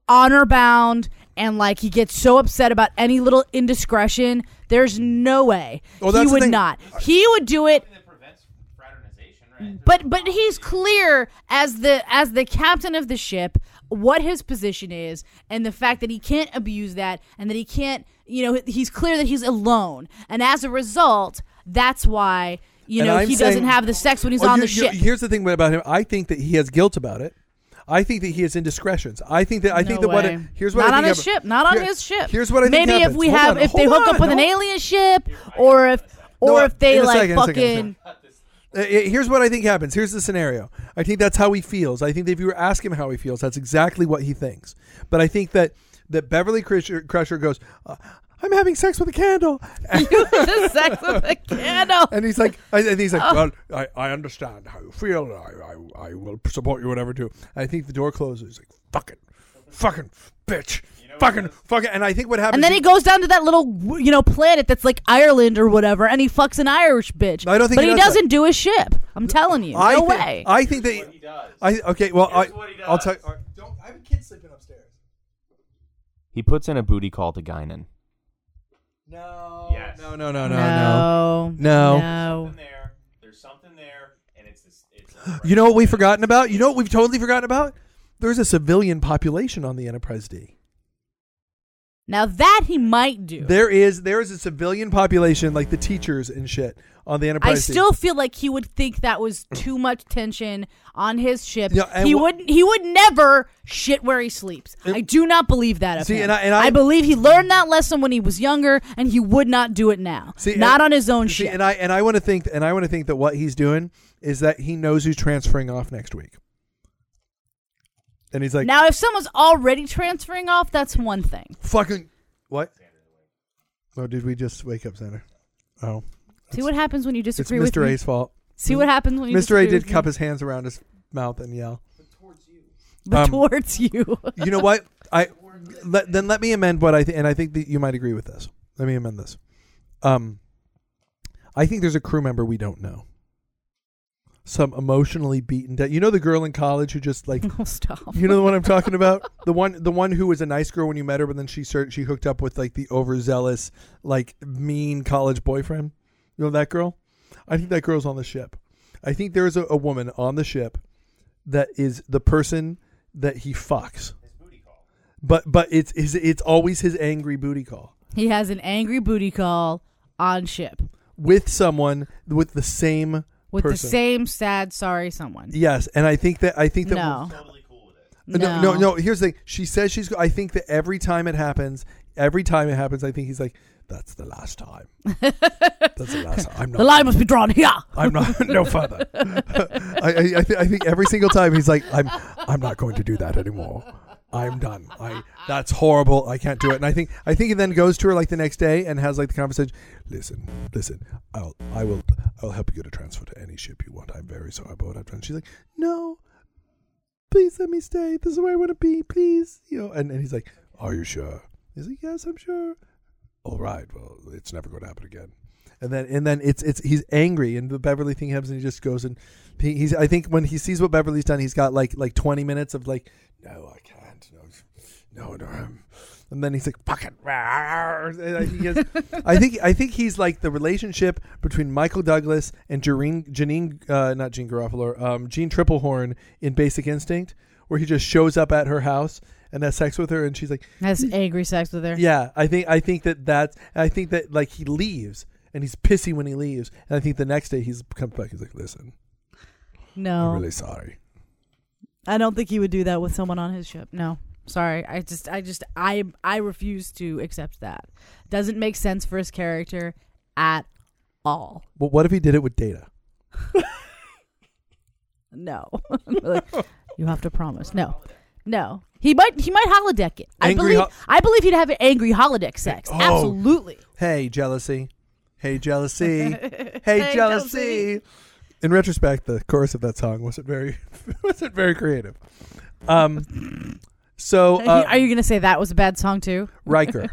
honor bound and like he gets so upset about any little indiscretion. There's no way.
Well,
he
that's the
would
thing.
not. He would do it
That prevents fraternization, right?
but but he's clear as the as the captain of the ship what his position is and the fact that he can't abuse that and that he can't you know he's clear that he's alone and as a result that's why you
And
know
I'm
he
saying-
doesn't have the sex when he's
Well,
on
you-
the
you-
ship
Oh, Here's the thing about him. I think that he has guilt about it. I think that he has indiscretions. I think that I think
No
that what
way.
it, here's what
not
I
on
think
his
happened.
ship, not on
Here-
his ship.
Here's what I
maybe
think
if we
happens.
have
Hold on,
if they
hold
hook up
on,
with an
hold-
alien ship or if or
No,
if they
in a
like
second, in a second, in a
fucking
Uh, Here's what I think happens. Here's the scenario. I think that's how he feels. I think that if you were ask him how he feels, that's exactly what he thinks. But I think that that Beverly Crusher, Crusher goes, uh, I'm having sex with a candle.
you just sex with a candle.
And he's like, I, and he's
Oh.
like, well, I, I understand how you feel. and I, I, I will support you, whatever, too. I think the door closes. He's like, fucking, fucking, bitch, fucking, fucking. And I think what happens.
And then he goes down to that little, you know, planet that's like Ireland or whatever, and he fucks an Irish bitch.
I don't think
but
he
he,
does
doesn't do a ship. I'm telling you,
I
no
think,
way.
I think that.
He does.
I okay. Well, I,
Here's what he
I'll
does.
tell. all right, Don't. I have a kid sleeping upstairs.
He puts in a booty call to Guinan.
No.
Yes.
No. No. No. No. No.
no,
No.
no.
there. There's something there, and it's this, it's.
You know what we've forgotten about? You know what we've totally forgotten about? There's a civilian population on the Enterprise D.
Now that he might do.
There is there is a civilian population like the teachers and shit on the
I
Enterprise. D.
still feel like he would think that was too much tension on his ship.
Yeah, and
he
wha-
wouldn't. He would never shit where he sleeps. I do not believe that of
See,
him.
and I- and I-
believe he learned that lesson when he was younger, and he would not do it now.
See,
not
and-
on his own
See,
ship.
and I and I want to think and I want to think that what he's doing is that he knows who's transferring off next week. And he's like,
now, if someone's already transferring off, that's one thing.
"Fucking what?" Oh, did we just wake up Xander? Oh,
See what happens when you
it's
disagree with
Mr.
me.
A's fault.
See what happens when you
Mr. A
disagree
did
with me.
cup his hands around his mouth and yell.
But
um,
towards you.
you know what? I let, then let me amend what I think, and I think that you might agree with this. Let me amend this. Um, I think there's a crew member we don't know. Some emotionally beaten. down. you know the girl in college who just like,
oh, stop.
you know the one I'm talking about. The one, the one who was a nice girl when you met her, but then she started, she hooked up with like the overzealous, like mean college boyfriend. You know that girl. I think that girl's on the ship. I think there is a, a woman on the ship that is the person that he fucks but but it's it's, it's always his angry booty call
he has an angry booty call on ship
with someone with the same
with
person.
the same sad sorry someone.
yes, and I think that I think that
No.
Uh, no, no, no. Here's the thing. She says she's. I think that every time it happens, every time it happens, I think he's like, "That's the last time. That's the last time. I'm not.
The line must be drawn here.
I'm not. No further. I I, I, th- I think every single time he's like, I'm I'm not going to do that anymore. I'm done. I that's horrible. I can't do it. And I think I think he then goes to her like the next day and has like the conversation. Listen, listen. I'll I will I'll help you get a transfer to any ship you want. I'm very sorry about that. And she's like, no, please let me stay. This is where I want to be. Please, you know. And, and he's like, are you sure? He's like, yes, I'm sure. All right. Well, it's never going to happen again. And then and then it's it's he's angry and the Beverly thing happens and he just goes and he, he's I think when he sees what Beverly's done he's got like like twenty minutes of like no I can't no no no um," and then he's like fucking I think, he has, I think I think he's like the relationship between Michael Douglas and Janine Janine uh, not Gene Garofalo um Gene Triplehorn in Basic Instinct where he just shows up at her house and has sex with her and she's like
Has angry sex with her.
yeah, I think I think that that's I think that like he leaves and he's pissy when he leaves, and I think the next day he's comes back. He's like, "Listen,
No, Oh.
I'm really sorry."
I don't think he would do that with someone on his ship. No, sorry. I just, I just, I, I refuse to accept that. Doesn't make sense for his character at all.
Well, what if he did it with Data?
No, Like, you have to promise. No, no. He might, he might holodeck it. I
Angry
believe,
ho-
I believe he'd have angry holodeck sex.
Oh.
Absolutely.
Hey, jealousy! Hey, jealousy! hey, jealousy! In retrospect, the chorus of that song wasn't very wasn't very creative. Um, so uh,
Are you gonna say that was a bad song too?
Riker.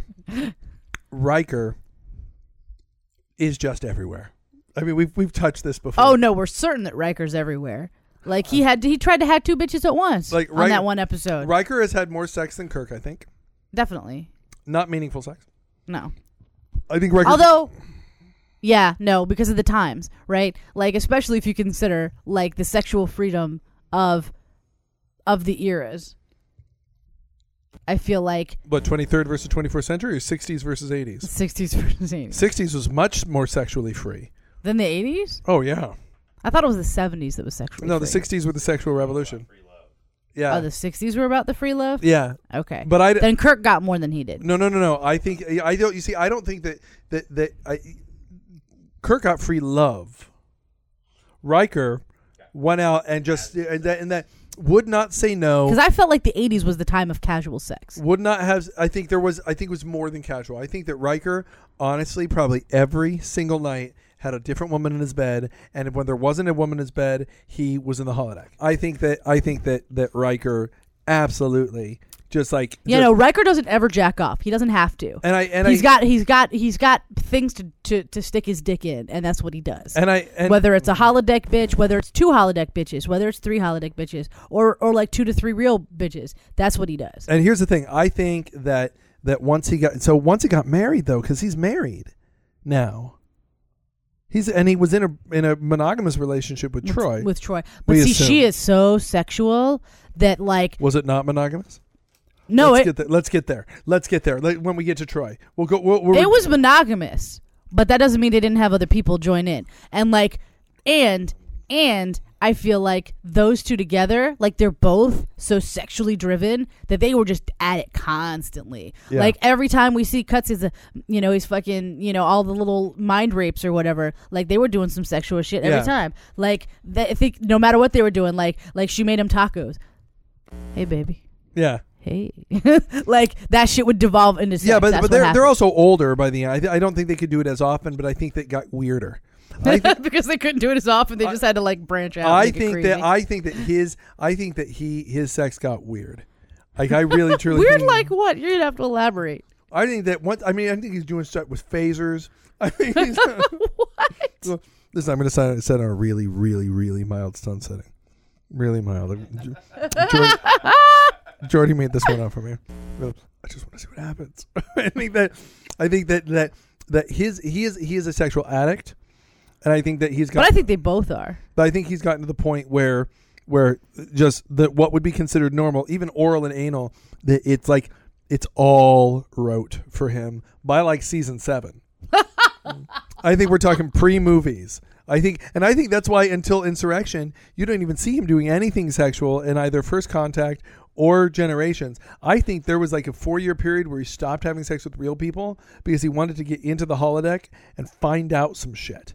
Riker is just everywhere. I mean, we've we've touched this before.
Oh no, we're certain that Riker's everywhere. Like he had, he tried to have two bitches at once
Like,
on
Rik-
that one episode.
Riker has had more sex than Kirk, I think.
Definitely
Not meaningful sex.
no.
I think Riker.
Although, yeah, no, because of the times, right? Like, especially if you consider like the sexual freedom of of the eras. I feel like
but 23rd versus 24th century or 60s versus 80s?
sixties versus eighties.
60s was much more sexually free.
Then the eighties.
Oh yeah.
I thought it was the seventies that was sexual.
No, the 60s were the sexual revolution. Yeah.
Oh, the sixties were about the free love.
yeah.
Okay,
But I d-
then Kirk got more than he did.
No, no, no, no. I think I don't you see I don't think that that that I Kirk got free love. Riker went out and just and that, and that would not say no.
Because I felt like the 80s was the time of casual sex.
Would not have. I think there was. I think it was more than casual. I think that Riker, honestly, probably every single night had a different woman in his bed, and when there wasn't a woman in his bed, he was in the holodeck. I think that. I think that that Riker absolutely just like
You
just-
know, Riker doesn't ever jack off. He doesn't have to.
And I and
He's
I
got he's got he's got things to, to, to stick his dick in, and that's what he does.
and I and
whether it's a holodeck bitch, whether it's two holodeck bitches, whether it's three holodeck bitches, or or like two to three real bitches, that's what he does.
and here's the thing. I think that that once he got so once he got married though, because he's married now. He's and he was in a in a monogamous relationship with
With-
Troy.
With Troy. But
We
see, she
assume.
is so sexual that like
was it not monogamous?
no,
let's
it
get there. Let's get there. Let's get there. Let- when we get to Troy, we'll go. We'll, we'll,
it was monogamous, but that doesn't mean they didn't have other people join in. And like, and and I feel like those two together, like they're both so sexually driven that they were just at it constantly.
Yeah.
Like every time we see cuts, is a you know he's fucking you know all the little mind rapes or whatever. Like they were doing some sexual shit every
Yeah.
time. Like they, I think no matter what they were doing, like like she made him tacos. Hey baby.
yeah,
Hey, like that shit would devolve into sex.
yeah. But
That's
but
what
they're
happened.
they're also older by the. I, I don't think they could do it as often, but I think that got weirder. I, thi-
because they couldn't do it as often. They just had to like branch out.
I
and make it
think that
crazy.
I think that his I think that he his sex got weird. Like I really truly
weird.
think-
Like what? You're gonna have to elaborate.
I think that once I mean I think he's doing stuff with phasers. I think he's
What?
listen. I'm going to set set on a really really really mild sun setting. Really mild. Jordy, Jordy made this one up for me. I just want to see what happens. I think that I think that that that his he is he is a sexual addict, and I think that he's got.
But I think they both are.
But I think he's gotten to the point where where just that what would be considered normal, even oral and anal, that it's like it's all rote for him by like season seven. I think we're talking pre movies. I think, and I think that's why until Insurrection, you don't even see him doing anything sexual in either First Contact or Generations. I think there was like a four year period where he stopped having sex with real people because he wanted to get into the holodeck and find out some shit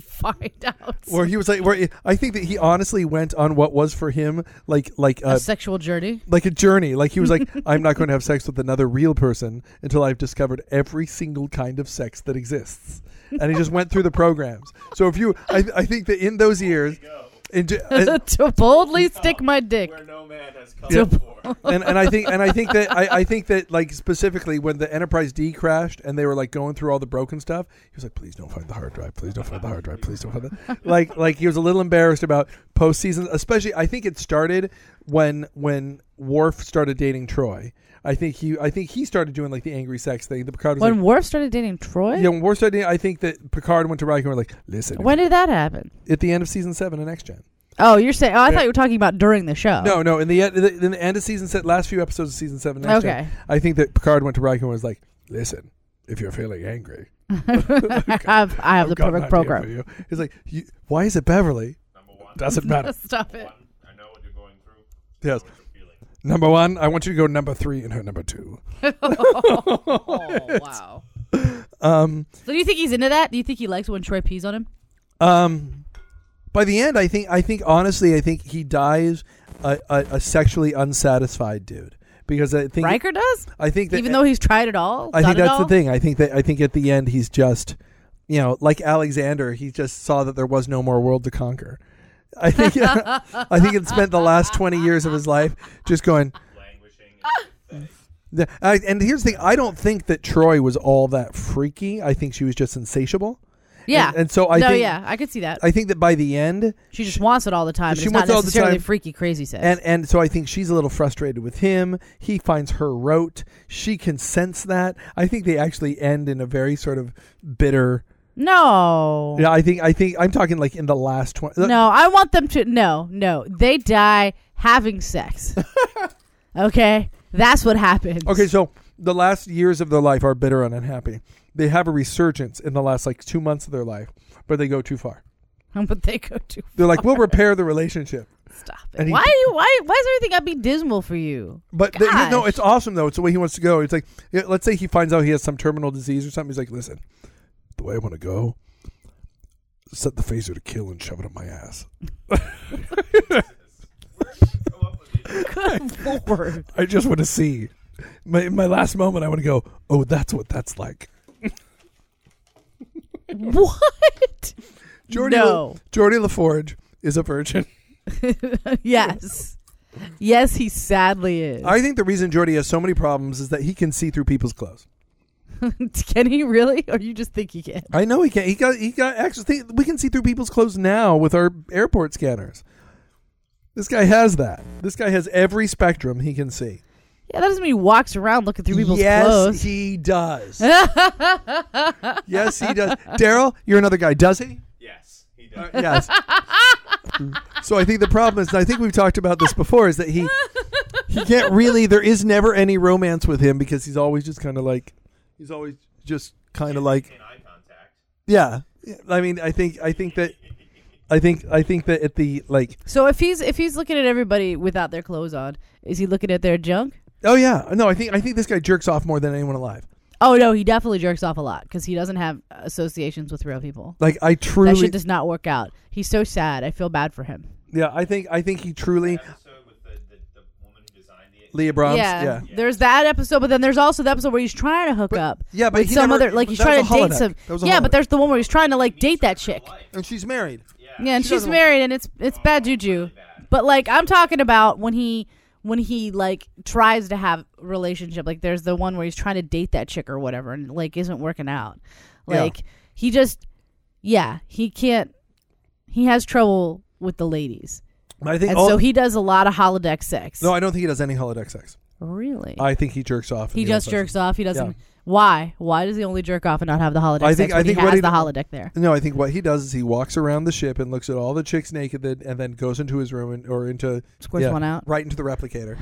Find out
where he was like where i think that he honestly went on what was for him like like
a
a,
sexual journey.
like a journey like he was like i'm not going to have sex with another real person until i've discovered every single kind of sex that exists and he just went through the programs so if you i, I think that in those years uh, and, ju- and,
to boldly stick my dick.
no man has come
Yeah.
before.
and and i think and i think that I, I think that like specifically when the enterprise d crashed and they were like going through all the broken stuff he was like please don't find the hard drive please don't find the hard drive please don't find the like like he was a little embarrassed about postseason especially i think it started when when Worf started dating troy i think he i think he started doing like the angry sex thing the picard was
When
like
Worf started dating Troy,
yeah, when Worf started. dating, I think that Picard went to Riker and were like, "Listen,
when did that happen?
at the end of season seven in Next Gen."
Oh, you're saying? Oh, I
Yeah.
thought you were talking about during the show.
No, no, in the end, in the end of season set, last few episodes of season seven. Next Gen,
Okay.
I think that Picard went to Riker and was like, "Listen, if you're feeling angry,
I have I have
I've
the
got an
perfect
idea for
program.
you." He's like, you, "Why is it Beverly? Doesn't matter."
Stop it.
I know what you're going through.
yes. Number one, I want you to go number three and her number two.
Oh wow.
Um,
So do you think he's into that? Do you think he likes when Troy pees on him?
um, by the end, I think, I think honestly, I think he dies a, a, a sexually unsatisfied dude because I think,
Riker does,
I think that
even though he's tried it all.
I
done
think
it
that's the
all?
thing. I think that I think at the end he's just, you know, like Alexander, he just saw that there was no more world to conquer. I think I think it spent the last twenty years of his life just going. Yeah, I, and here's the thing: I don't think that Troy was all that freaky. I think she was just insatiable.
Yeah.
and, and so I
no,
think
yeah, I could see that.
I think that by the end,
She just wants it all the time. and
She
it's not
wants it all the
necessarily
time.
freaky, crazy sex.
and and so I think she's a little frustrated with him. He finds her rote. She can sense that. I think they actually end in a very sort of bitter.
no,
Yeah, I think I think I'm talking like in the last twenty.
no, I want them to. No, no, they die having sex. okay, that's what happens.
Okay, so the last years of their life are bitter and unhappy. They have a resurgence in the last like two months of their life, but they go too far.
but they go too.
They're like, we'll repair the relationship,
Stop
And
it.
he-
Why do you? Why? Why is everything gotta be dismal for you?
but they, you know
Gosh.
it's awesome though. It's the way he wants to go. It's like, yeah, let's say he finds out he has some terminal disease or something. He's like, listen, the way I want to go, set the phaser to kill and shove it up my ass.
word.
I just want to see. My my last moment, I want to go. Oh, that's what that's like.
what?
Jordy
No.
Jordy LaForge is a virgin.
yes. Yes, he sadly is.
I think the reason Jordy has so many problems is that he can see through people's clothes.
can he really? Or you just think he can?
I know he can. He got he got access. think- We can see through people's clothes now with our airport scanners. This guy has that. This guy has every spectrum he can see.
Yeah, that doesn't mean he walks around looking through people's
yes,
clothes.
he does. yes, he does. Daryl, you're another guy. Does he?
Yes, he
Uh, yes. so I think the problem is, and I think we've talked about this before, is that he he can't really. There is never any romance with him because he's always just kind of like he's always just kind of like
Eye contact.
yeah. I mean, I think I think that I think I think that at the like
so if he's if he's looking at everybody without their clothes on, is he looking at their junk?
oh yeah no I think I think this guy jerks off more than anyone alive.
Oh no, he definitely jerks off a lot because he doesn't have associations with real people.
Like I
That
truly
shit does not work out. He's so sad. I feel bad for him.
yeah I think I think he truly
Episode with the, the, the woman who designed the
Leah Brahms
yeah.
yeah.
There's that episode, but then there's also the episode where he's trying to hook
But-
up.
yeah, but
with
he
some
never-
other like he's
that was
trying
a
to date
holodeck.
some.
That was a
Yeah, but
holodeck.
there's the one where he's trying to like date that chick.
and she's married.
Yeah, and
She
she's
doesn't- Oh,
married, and it's it's bad juju. But like I'm talking about when he when he like tries to have a relationship. Like there's the one where he's trying to date that chick or whatever, and like isn't working out.
Yeah.
Like he just yeah he can't. He has trouble with the ladies,
But I think
and
all,
so he does a lot of holodeck sex.
no I don't think he does any holodeck sex.
really,
I think he jerks off. in
he
the
just
old-fashioned-
jerks off. He doesn't. Why? Why does he only jerk off and not have the holodeck
I think-
sex
I
when
think
he
what
has
he-
the holodeck there?
No, I think what he does is he walks around the ship and looks at all the chicks naked, that, and then goes into his room and, or into
Squirts
yeah,
one out.
right into the replicator.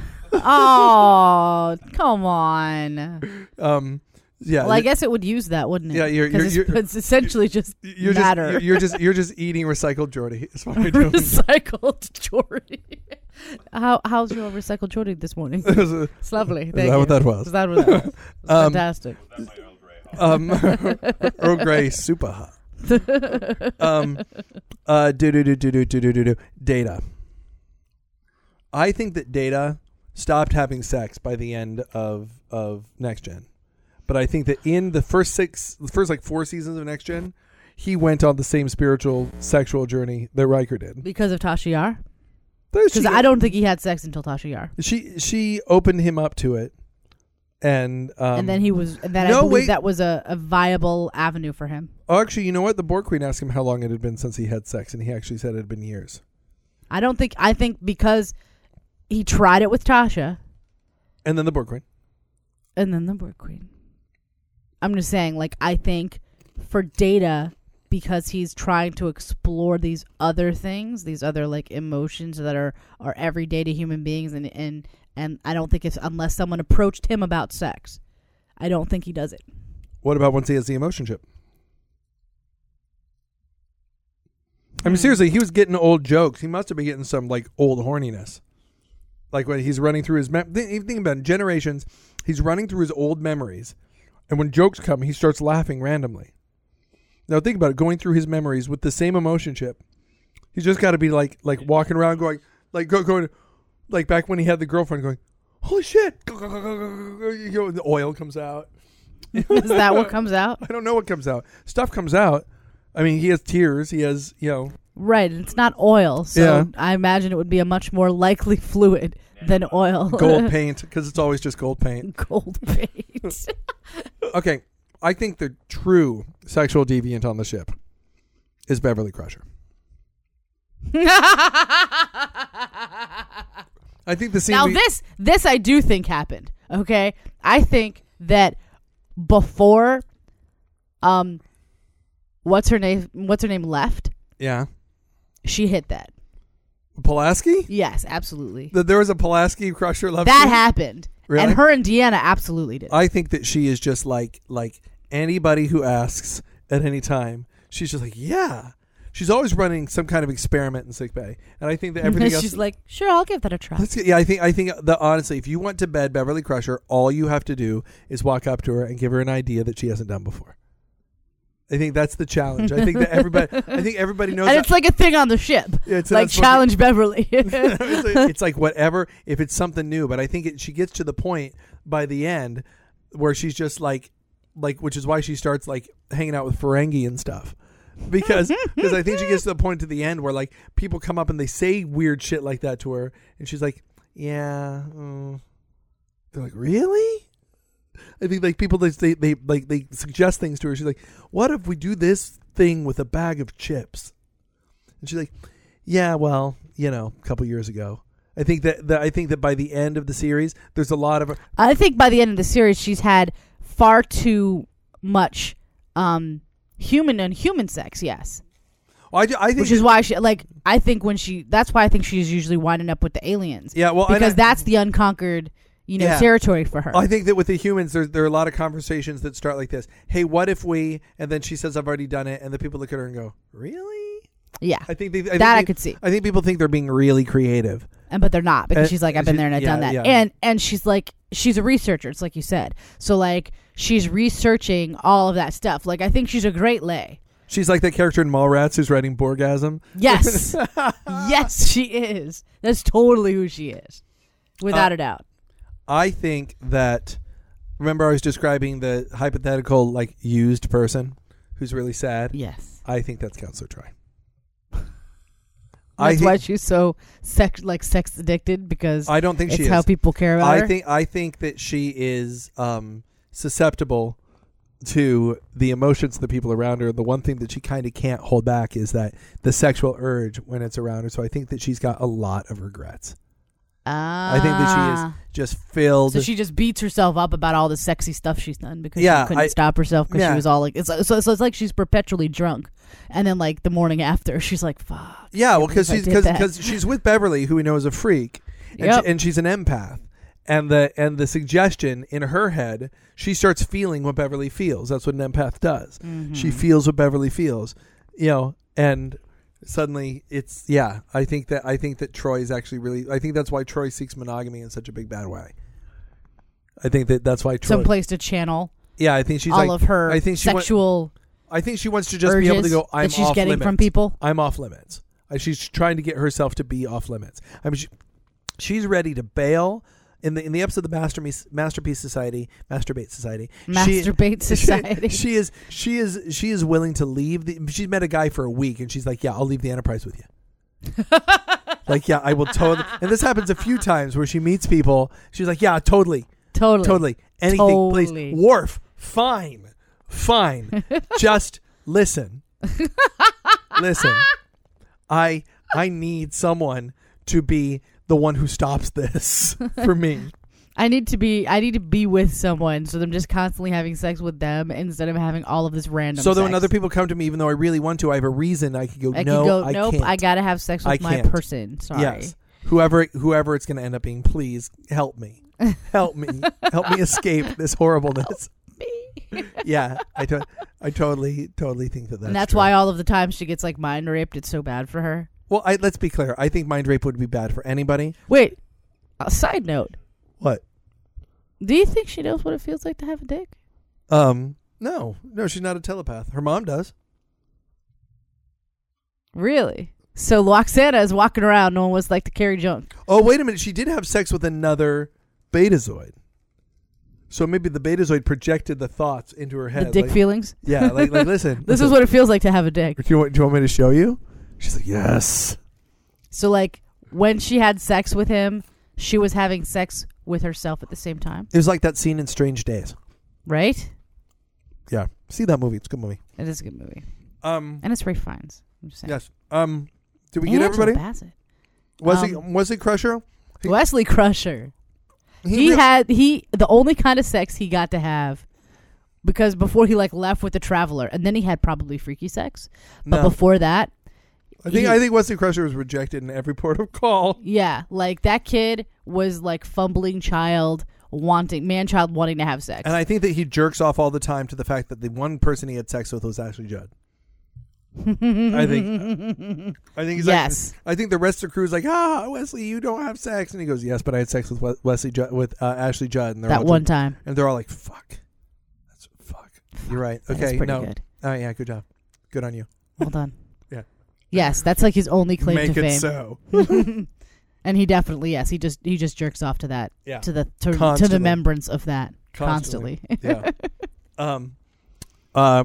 oh, come on.
Um, yeah,
Well, I guess it would use that, wouldn't it?
Yeah, you're-
'Cause
you're-
it's,
you're-
it's essentially just
you're just
matter.
you're, you're just you're just eating recycled Jordy. Is what we're doing.
recycled Jordy. How how's your recycled Jordy this morning?
Is that
It's lovely. Thank you.
what that was?
Is that what that was? It's
Um,
fantastic.
Um, Earl Grey, super hot. um, uh, do do do do do do do do do. Data. I think that Data stopped having sex by the end of of Next Gen, but I think that in the first six, the first like four seasons of Next Gen, he went on the same spiritual sexual journey that Riker did.
Because of Tasha Yar?
There she
Because I don't think he had sex until Tasha Yar.
She she opened him up to it, and um,
and then he was and then
no,
I believe
wait.
that was a, a viable avenue for him.
Oh, actually, you know what? The Borg Queen asked him how long it had been since he had sex, and he actually said it had been years.
I don't think I think because he tried it with Tasha
And then the Borg Queen.
and then the Borg Queen. I'm just saying, like, I think for Data, because he's trying to explore these other things, these other like emotions that are are everyday to human beings, and and and I don't think if unless someone approached him about sex, I don't think he does it.
What about once he has the emotion chip? I
Mm.
mean, seriously, he was getting old jokes. He must have been getting some like old horniness, like when he's running through his. Mem- th- even think about it, generations. He's running through his old memories, and when jokes come, he starts laughing randomly. Now think about it. Going through his memories with the same emotion chip, he's just got to be like like walking around going like go, going like back when he had the girlfriend going, holy shit, go, go, go, go, go, go, go," you know, the oil comes out.
Is that what comes out?
I don't know what comes out. Stuff comes out. I mean, he has tears. He has, you know,
Right, and it's not oil, so
Yeah.
I imagine it would be a much more likely fluid than oil.
gold paint because it's always just gold paint.
Gold paint.
Okay, I think the true sexual deviant on the ship is Beverly Crusher. I think the scene.
Now
we-
this this I do think happened. Okay, I think that before, um, what's her name? What's her name left?
yeah,
She hit that.
Pulaski.
Yes, absolutely.
That there was a Pulaski Crusher love.
that
scene?
happened,
Really?
and her and Deanna absolutely did.
I think that she is just like like anybody who asks at any time. She's just like, yeah. She's always running some kind of experiment in sick bay, and I think that everything else.
She's like, sure, I'll give that a try.
Let's get, yeah, I think I think that honestly, if you went to bed, Beverly Crusher, all you have to do is walk up to her and give her an idea that she hasn't done before. I think that's the challenge. I think that everybody, I think everybody knows.
and it's like a thing on the ship,
Yeah, it's-
like
that's what-
challenge Beverly.
it's, like, it's like whatever if it's something new but i think it, she gets to the point by the end where she's just like like which is why she starts like hanging out with ferengi and stuff because because
Mm,
i think she gets to the point to the end where like people come up and they say weird shit like that to her and she's like yeah mm." they're like really i think like people they, they they like they suggest things to her she's like what if we do this thing with a bag of chips and she's like yeah, well, you know, a couple years ago. I think that, that I think that by the end of the series, there's a lot of
I think by the end of the series, she's had far too much um, human and human sex. Yes,
I, ju- I think
which is why she like. I think when she that's why I think she's usually winding up with the aliens
yeah, well, and
because
I,
that's the unconquered you know
Yeah.
territory for her.
I think that with the humans, there there are a lot of conversations that start like this. Hey, what if we? And then she says, "I've already done it," and the people look at her and go, "Really?"
yeah,
I think they, I think
that I
they-
could see,
I think people think they're being really creative.
and but they're not because
Uh,
she's like I've been
she-
there and I've done
yeah,
that,
yeah.
and and she's like she's a researcher. It's like you said, so like she's researching all of that stuff. Like I think she's a great lay.
She's like that character in Mallrats who's writing Borgasm.
Yes,
Ah.
yes, she is. That's totally who she is, without
Uh,
a doubt.
I think that remember I was describing the hypothetical like used person who's really sad.
Yes.
I think that's Counselor Troy. I
That's
think,
why she's so sex like sex addicted because
I don't think
it's
she is.
how people care about
I
her.
think I think that she is um, susceptible to the emotions of the people around her. The one thing that she kind of can't hold back is that the sexual urge when it's around her. So I think that she's got a lot of regrets. I think that she is just filled.
So Ah. she just beats herself up about all the sexy stuff she's done because
Yeah,
she couldn't
I-
stop herself because
yeah.
she was all like, it's, so, so it's like she's perpetually drunk, and then like the morning after she's like, fuck.
yeah, well, because
I
she's
did
because
that.
because she's with Beverly, who we know is a freak, and,
Yep.
she, and she's an empath. And the and the suggestion in her head, she starts feeling what Beverly feels. That's what an empath does. she
Hmm.
feels what Beverly feels, you know, and suddenly it's yeah. I think that I think that Troy is actually really. I think that's why Troy seeks monogamy in such a big bad way. I think that that's why Troy.
someplace to channel
yeah, I think she's
all
like.
of her
I think she wa-
sexual
I think she wants to just
urges
be able to go. I'm
that she's
off
getting
limits.
from people.
I'm off limits. Uh, She's trying to get herself to be off limits. I mean, she, she's ready to bail. In the in the episode of the masterpiece masterpiece society masturbate society she-
Masturbate society.
she, she is she is she is willing to leave the, she's met a guy for a week and she's like yeah I'll leave the enterprise with you like yeah I will totally and this happens a few times where she meets people she's like yeah totally
totally.
totally anything
Totally.
please wharf fine fine just listen listen i i need someone to be the one who stops this for me
I need to be I need to be with someone, so I'm just constantly having sex with them instead of having all of this random.
so that when
sex.
other people come to me even though i really want to i have a reason i could go
I
no
could go,
i
nope,
can't
I gotta have sex
I
with my
can't."
person. Sorry.
yes whoever whoever it's going to end up being please help me help me help me escape this horribleness yeah i to- i totally totally think that that's
and that's
true.
why all of the time she gets like mind raped, it's so bad for her.
Well, I, let's be clear. I think mind rape would be bad for anybody.
Wait, a side note.
What?
Do you think she knows what it feels like to have a dick?
Um, no, no, she's not a telepath. Her mom does.
Really? So Loxana is walking around knowing what it's like to carry junk.
Oh, wait a minute. She did have sex with another Betazoid. So maybe the Betazoid projected the thoughts into her head.
the dick
like,
feelings.
yeah, like, like listen.
This
listen.
is what it feels like to have a dick.
Do you want? Do you want me to show you? She's like, yes.
So like when she had sex with him, she was having sex with herself at the same time,
It was like that scene in Strange Days.
right?
Yeah, see that movie. It's a good movie.
It is a good movie,
Um,
and it's Ray Fiennes. I'm just saying.
yes. Um, did we
And
get
Angela
everybody?
Bassett.
Wesley
Um,
Wesley Crusher. He-
Wesley Crusher. He,
real-
had he the only kind of sex he got to have because before he like left with the traveler, and then he had probably freaky sex. But
no.
before that,
I think
he-
I think Wesley Crusher was rejected in every port of call.
yeah, like that kid was like fumbling child wanting man child wanting to have sex.
And I think that he jerks off all the time to the fact that the one person he had sex with was Ashley Judd. I think- I think he's
yes.
like, I think the rest of the crew is like, ah, Wesley, you don't have sex, and he goes, yes, but I had sex with Wes- Wesley Judd, with uh, Ashley Judd, and they're all
that
just-
one time.
and they're all like, fuck, that's fuck. You're right.
That's
Okay,
pretty
no,
good.
Oh yeah, good job. Good on you.
Well done.
Yeah.
Yes, that's like his only claim
Make
to
it
fame.
so.
and he definitely yes, he just he just jerks off to that
Yeah.
to the to, to
Constantly.
the remembrance of that
Constantly.
constantly.
yeah. Um. Uh.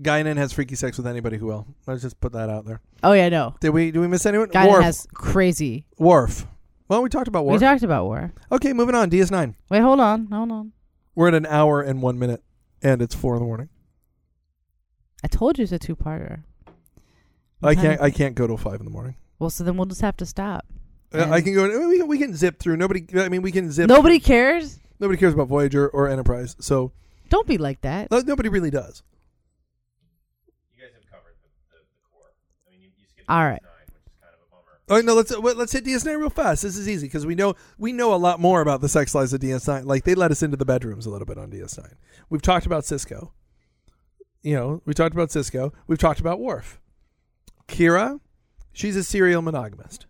Guinan has freaky sex with anybody who will. Let's just put that out there.
oh yeah, no.
Did we? Do we miss anyone?
Guy
Worf.
has crazy.
Worf. Well, we talked about Worf.
We talked about war.
okay, moving on. DS9.
Wait, hold on, hold on.
We're at an hour and one minute, and it's four in the morning.
I told you it's a two-parter.
I can't. I can't go till five in the morning.
Well, so then we'll just have to stop.
Uh, I
And-
can go. We can, we can zip through. Nobody. I mean, we can zip.
Nobody cares.
Nobody cares about Voyager or Enterprise, so
Don't be like that.
no, nobody really does.
You guys have covered the, the, the core. I mean, you, you skipped
All right.
nine, which is kind of a bummer.
All right, Oh, no, let's well, let's hit DS9 real fast. This is easy because we know we know a lot more about the sex lives of DS9. Like they let us into the bedrooms a little bit on DS9. We've talked about Cisco. You know, we talked about Cisco. We've talked about Worf. Kira, she's a serial monogamist.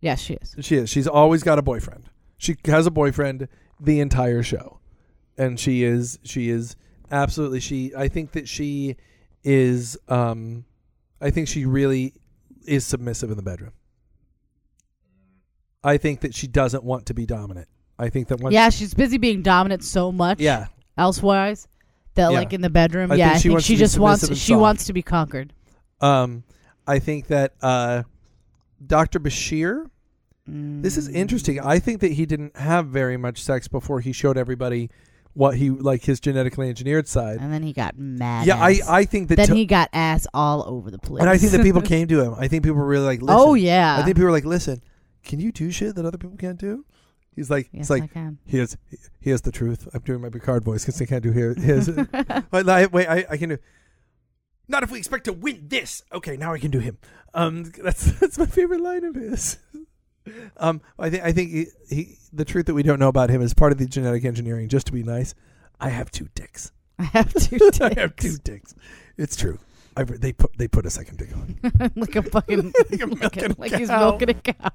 Yes, she is.
She is. She's always got a boyfriend. She has a boyfriend the entire show, and she is. She is absolutely. She. I think that she is. Um, I think she really is submissive in the bedroom. I think that she doesn't want to be dominant. I think that once.
Yeah, she's busy being dominant so much.
Yeah.
Elsewise, that
Yeah.
like in the bedroom.
I
yeah,
think
I
she
think
wants
she
to be
just wants
submissive and
she
soft.
wants to be conquered.
Um, I think that uh, Dr. Bashir. This is
Mm.
interesting. I think that he didn't have very much sex before he showed everybody what he like his genetically engineered side.
And then he got mad.
Yeah, I,
ass.
I think that,
then
to-
he got ass all over the place.
and I think that people came to him. I think people were really like, listen.
oh yeah.
I think people were like, listen, can you do shit that other people can't do? He's like,
yes,
it's like,
I can.
here's here's the truth. I'm doing my Picard voice because I can't do here his. wait, I, wait, I, I can do. Not if we expect to win this. Okay, now I can do him. Um, that's that's my favorite line of his. Um, I think I think he, he the truth that we don't know about him is part of the genetic engineering. Just to be nice, I have two dicks.
I have two dicks.
I have two dicks. It's true. I, they put they put a second dick on.
like a fucking
Like
like,
a
a-
milking
like he's
cow.
milking a cow.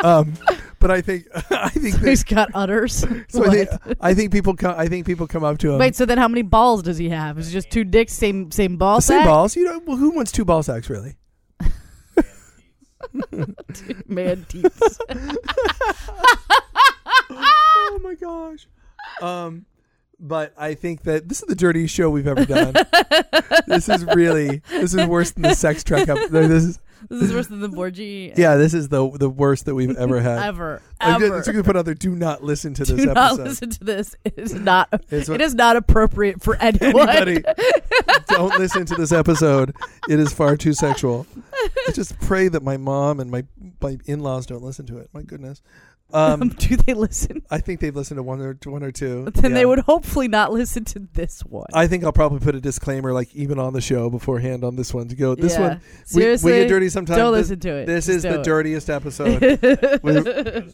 Um, but I think I think
he's
that,
got udders.
so um, I think,
What?
I think people come I think people come up to him.
Wait, so then how many balls does he have? Is it just two dicks, same same ball
same
sack?
balls. You know well, who wants two ball sacks really?
Man, teeth.
Oh my gosh. Um, but I think that this is the dirtiest show we've ever done. this is really this is worse than the sex trek up. This is
this is worse than the Borgie
yeah. This is the the worst that we've ever had.
ever.
I'm
Ever.
just gonna put out there. Do not listen to this
Do not
episode.
listen to this. It is not.
It's what-
it is not appropriate for anyone.
anybody don't listen to this episode it is far too sexual i just pray that my mom and my my in-laws don't listen to it my goodness
Um,
um
do they listen?
i think they've listened to one or to one or two
Then they
Yeah.
would hopefully not listen to this one.
i think i'll probably put a disclaimer like even on the show beforehand on this one to go this
Yeah.
one we-
Seriously,
we, get dirty sometimes
don't
this,
listen to it.
this
Just
is the
don't.
dirtiest episode We- the-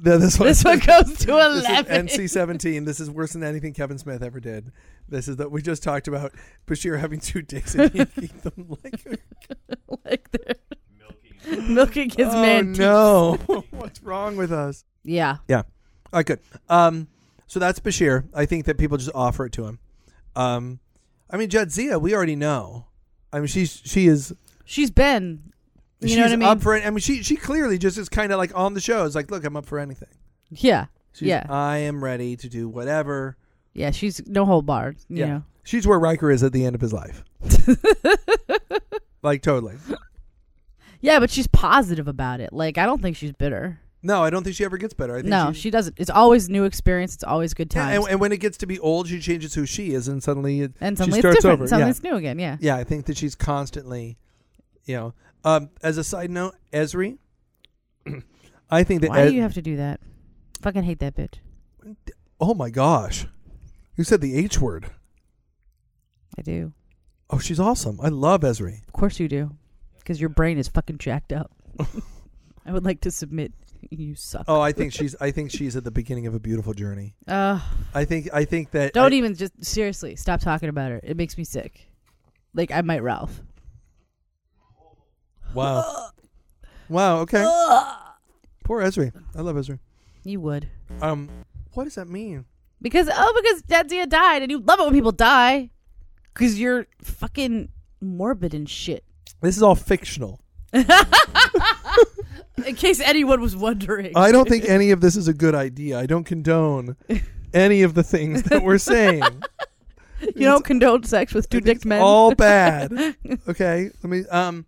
this one
This one goes to
This is
eleven.
NC seventeen. This is worse than anything Kevin Smith ever did. This is that we just talked about Bashir having two dicks and he ate them like a
like they're milking his
oh,
man. teeth.
no. What's wrong with us?
Yeah.
All right, good. Um, so that's Bashir. I think that people just offer it to him. Um, I mean, Jadzia, we already know. I mean, she's she is
She's been. You
she's
know what I mean?
up for it. I mean, she she clearly just is kind of like on the show. It's like, look, I'm up for anything.
yeah.
She's,
Yeah.
I am ready to do whatever.
Yeah. She's no hold barred. You
Yeah.
know.
She's where Riker is at the end of his life. like totally.
Yeah, but she's positive about it. Like I don't think she's bitter.
No, I don't think she ever gets better. I think
No,
she,
she, doesn't. It's always new experience. It's always good
Yeah,
times.
and, and when it gets to be old, she changes who she is, and suddenly it,
and
she
suddenly it's
starts
different.
over.
Suddenly
yeah.
it's new again. Yeah.
Yeah, I think that she's constantly, you know. Um, as a side note, Esri, I think that.
Why
Es-
do you have to do that? Fucking hate that bitch.
oh my gosh, you said the H word.
I do.
Oh, she's awesome. I love Esri.
Of course you do, because your brain is fucking jacked up. I would like to submit. You suck.
Oh, I think she's. I think she's at the beginning of a beautiful journey.
Ugh.
I think. I think that.
don't
I,
even just seriously stop talking about her. It makes me sick. Like I might Ralph.
Wow. wow. Okay. Poor Esri. I love Esri.
You would.
Um, what does that mean?
Because oh, because Dadzia died, and you love it when people die. because you're fucking morbid and shit.
This is all fictional.
In case anyone was wondering,
I don't think any of this is a good idea. I don't condone any of the things that we're saying.
you don't condone sex with two dicked men.
all bad. Okay, let me. Um,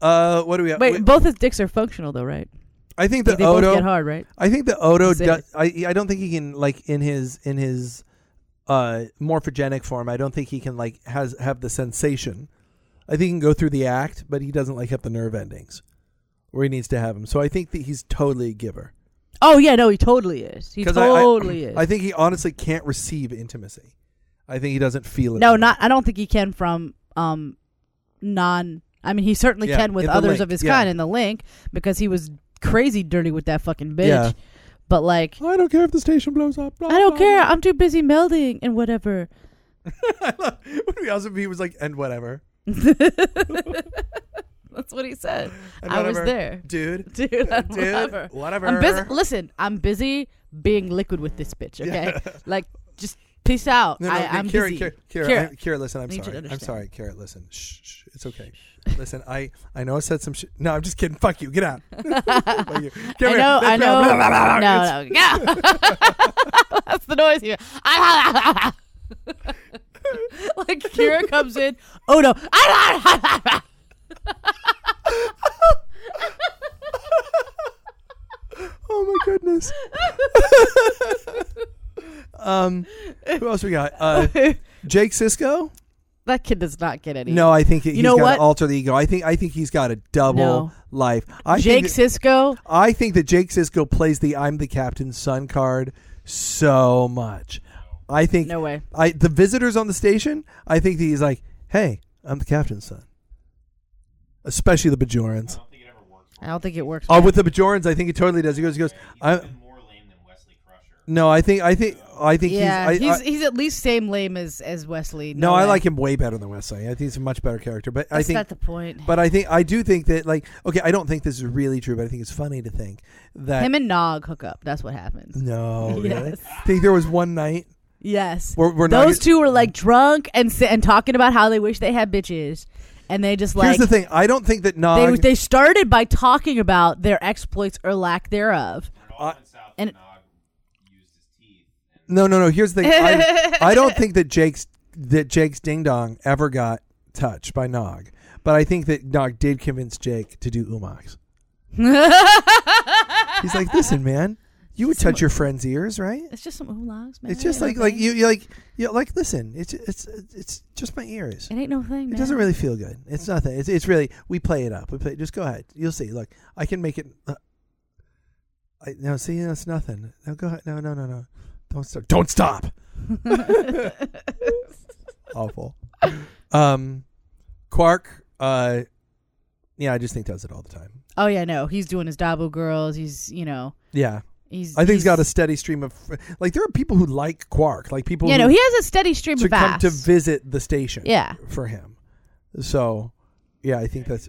uh, what do we have?
Wait,
We-
both his dicks are functional though, right?
I think
Like,
that
they both get
Odo.
hard, right?
I think that Odo.
Say
Does,
it.
I I don't think he can like in his in his uh morphogenic form. I don't think he can like has have the sensation. I think he can go through the act, but he doesn't like have the nerve endings where he needs to have them. So I think that he's totally a giver.
Oh yeah, no, he totally is. He
'Cause I- I-
totally is.
I think he honestly can't receive intimacy. I think he doesn't feel it.
no, not. I don't think he can from um non. I mean, he certainly
Yeah,
can with
in the
others
link,
of his
yeah.
kind in the link because he was crazy dirty with that fucking bitch.
Yeah.
But like,
I don't care if the station blows up. blah,
I don't
blah,
care.
blah.
I'm too busy melding and whatever.
Would be awesome if he was like, and whatever,
That's what he said.
And
I was
whatever.
there,
dude,
dude.
dude,
whatever.
whatever.
I'm busy. Listen, I'm busy being liquid with this bitch. Okay, like just peace out.
No, no,
I,
no,
I'm
Kira,
busy.
Kira, Kira,
Kira.
I- Kira, listen, I'm
Need you to
sorry. I'm
understand.
sorry, Kira, listen. Shh, shh, it's okay. Listen, I, I know I said some shit. No, I'm just kidding. Fuck you. Get out. Fuck you. Come
I
here.
know. I
Let's
know.
go. Blah, blah, blah, blah.
no, no, no. That's the noise here. I like Kira comes in. Oh no.
Oh my goodness. oh um, who else we got? Uh, Jake Sisko?
that kid does not get any.
No, I think he's
know
got
what?
an alter ego. I think I think he's got a double
No.
life. I
Jake
think that,
Sisko.
I think that Jake Sisko plays the "I'm the Captain's Son" card so much. I think
No way.
I the visitors on the station. I think that he's like, "Hey, I'm the captain's son," especially the Bajorans.
I don't think it works.
Oh, with the Bajorans, I think he totally does. He goes, he goes. I no, I think I think I think
yeah,
he's. I,
he's
I-
he's at least same lame as as Wesley.
no, I
way.
like him way better than Wesley. I think he's a much better character, but I
That's
think
not the point.
But I think I do think that like okay, I don't think this is really true, but I think it's funny to think that
him and Nog hook up. That's what
Mm.
happened.
no, really.
Yes.
I think there was one night
Yes.
where we're not.
Those two were like drunk and si- and talking about how they wish they had bitches, and they just
Here's
like
the thing: I don't think that
they
Nog.
they started by talking about their exploits or lack thereof.
I-
And
no, no, no. Here's the thing: I, I don't think that Jake's that Jake's ding dong ever got touched by Nog, but I think that Nog did convince Jake to do umox. He's like, listen, man, you would touch your friend's ears, right?
it's just some oolongs, man.
It's just like
It ain't no
like
thing.
you you like you like listen. It's it's it's just my ears.
It ain't no thing. Man.
It doesn't really feel good. It's nothing. It's, it's really we play it up. We play. Just go ahead. You'll see. Look, I can make it. Uh, I no. See, that's nothing. No, go ahead. No, no, no, no. Don't stop. Don't stop. Awful. Um, Quark. Uh, yeah, I just think does it all the time.
Oh yeah, no. He's doing his Dabu girls. He's you know
Yeah,
he's.
I think he's got a
a.
steady stream of like there are people who like Quark, like people
Yeah,
who
no. He has a steady stream
to
of
come
ass.
to visit the station.
Yeah.
for him. So, yeah, I think that's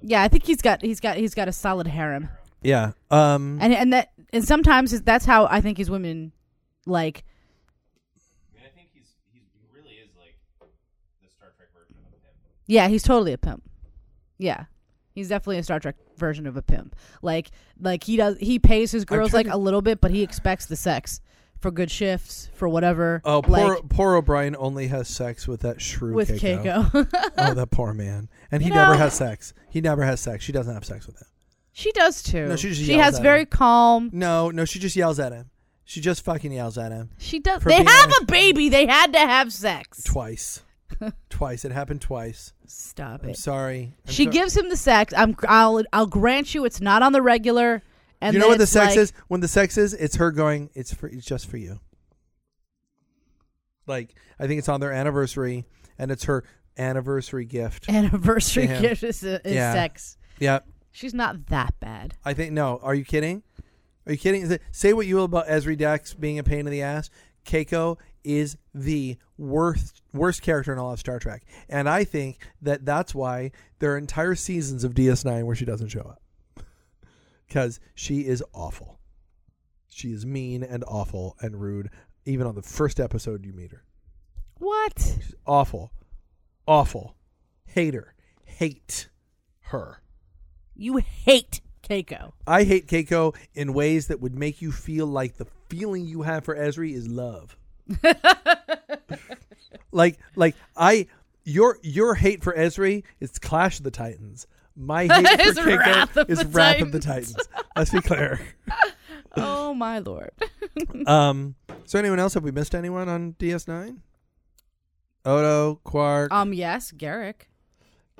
yeah, I think he's got he's got he's got a solid harem.
yeah. Um,
Mm-hmm. and and that and sometimes is- that's how I think his women like yeah he's totally a pimp yeah he's definitely a Star Trek version of a pimp like like he does he pays his girls
trying
like a little bit but he expects the sex for good shifts for whatever
Oh,
like,
poor, poor O'Brien only has sex with that shrew
with
Keiko.
Keiko,
oh, that poor man. And he
You
never
know-
has sex. He never has sex. She doesn't have sex with him.
she does too
No, she just yells
has
at
very
him.
calm
No, no, she just yells at him. She just fucking yells at him
she does
For
they
being
have
a-
a baby they had to have sex
twice. twice. It happened twice.
stop
I'm
it
sorry. I'm
she
sorry.
gives him the sex I'm I'll I'll grant you it's not on the regular and
you know
then
what the
it's
sex
like-
is? When the sex is, it's her going. It's for. It's just for you. Like I think it's on their anniversary, and it's her anniversary gift.
anniversary
Yeah.
gift is, is
Yeah.
sex.
yeah,
She's not that bad.
I think no. Are you kidding? Are you kidding? Is it- Say what you will about Ezri Dax being a pain in the ass. Keiko is the worst worst character in all of Star Trek, and I think that that's why there are entire seasons of DS9 where she doesn't show up because she is awful. She is mean and awful and rude. Even on the first episode, you meet her.
What?
She's awful, awful. Hate her. Hate her.
You hate Keiko.
I hate Keiko in ways that would make you feel like the feeling you have for Esri is love. like like I your your hate for Esri is Clash of the Titans. My hate for
It's
Keiko
Wrath of
is
the
Wrath of the
Titans.
Titans. Let's be clear.
Oh my lord.
Um so anyone else have we missed anyone on DS9? Odo, Quark,
um. Yes, Garrick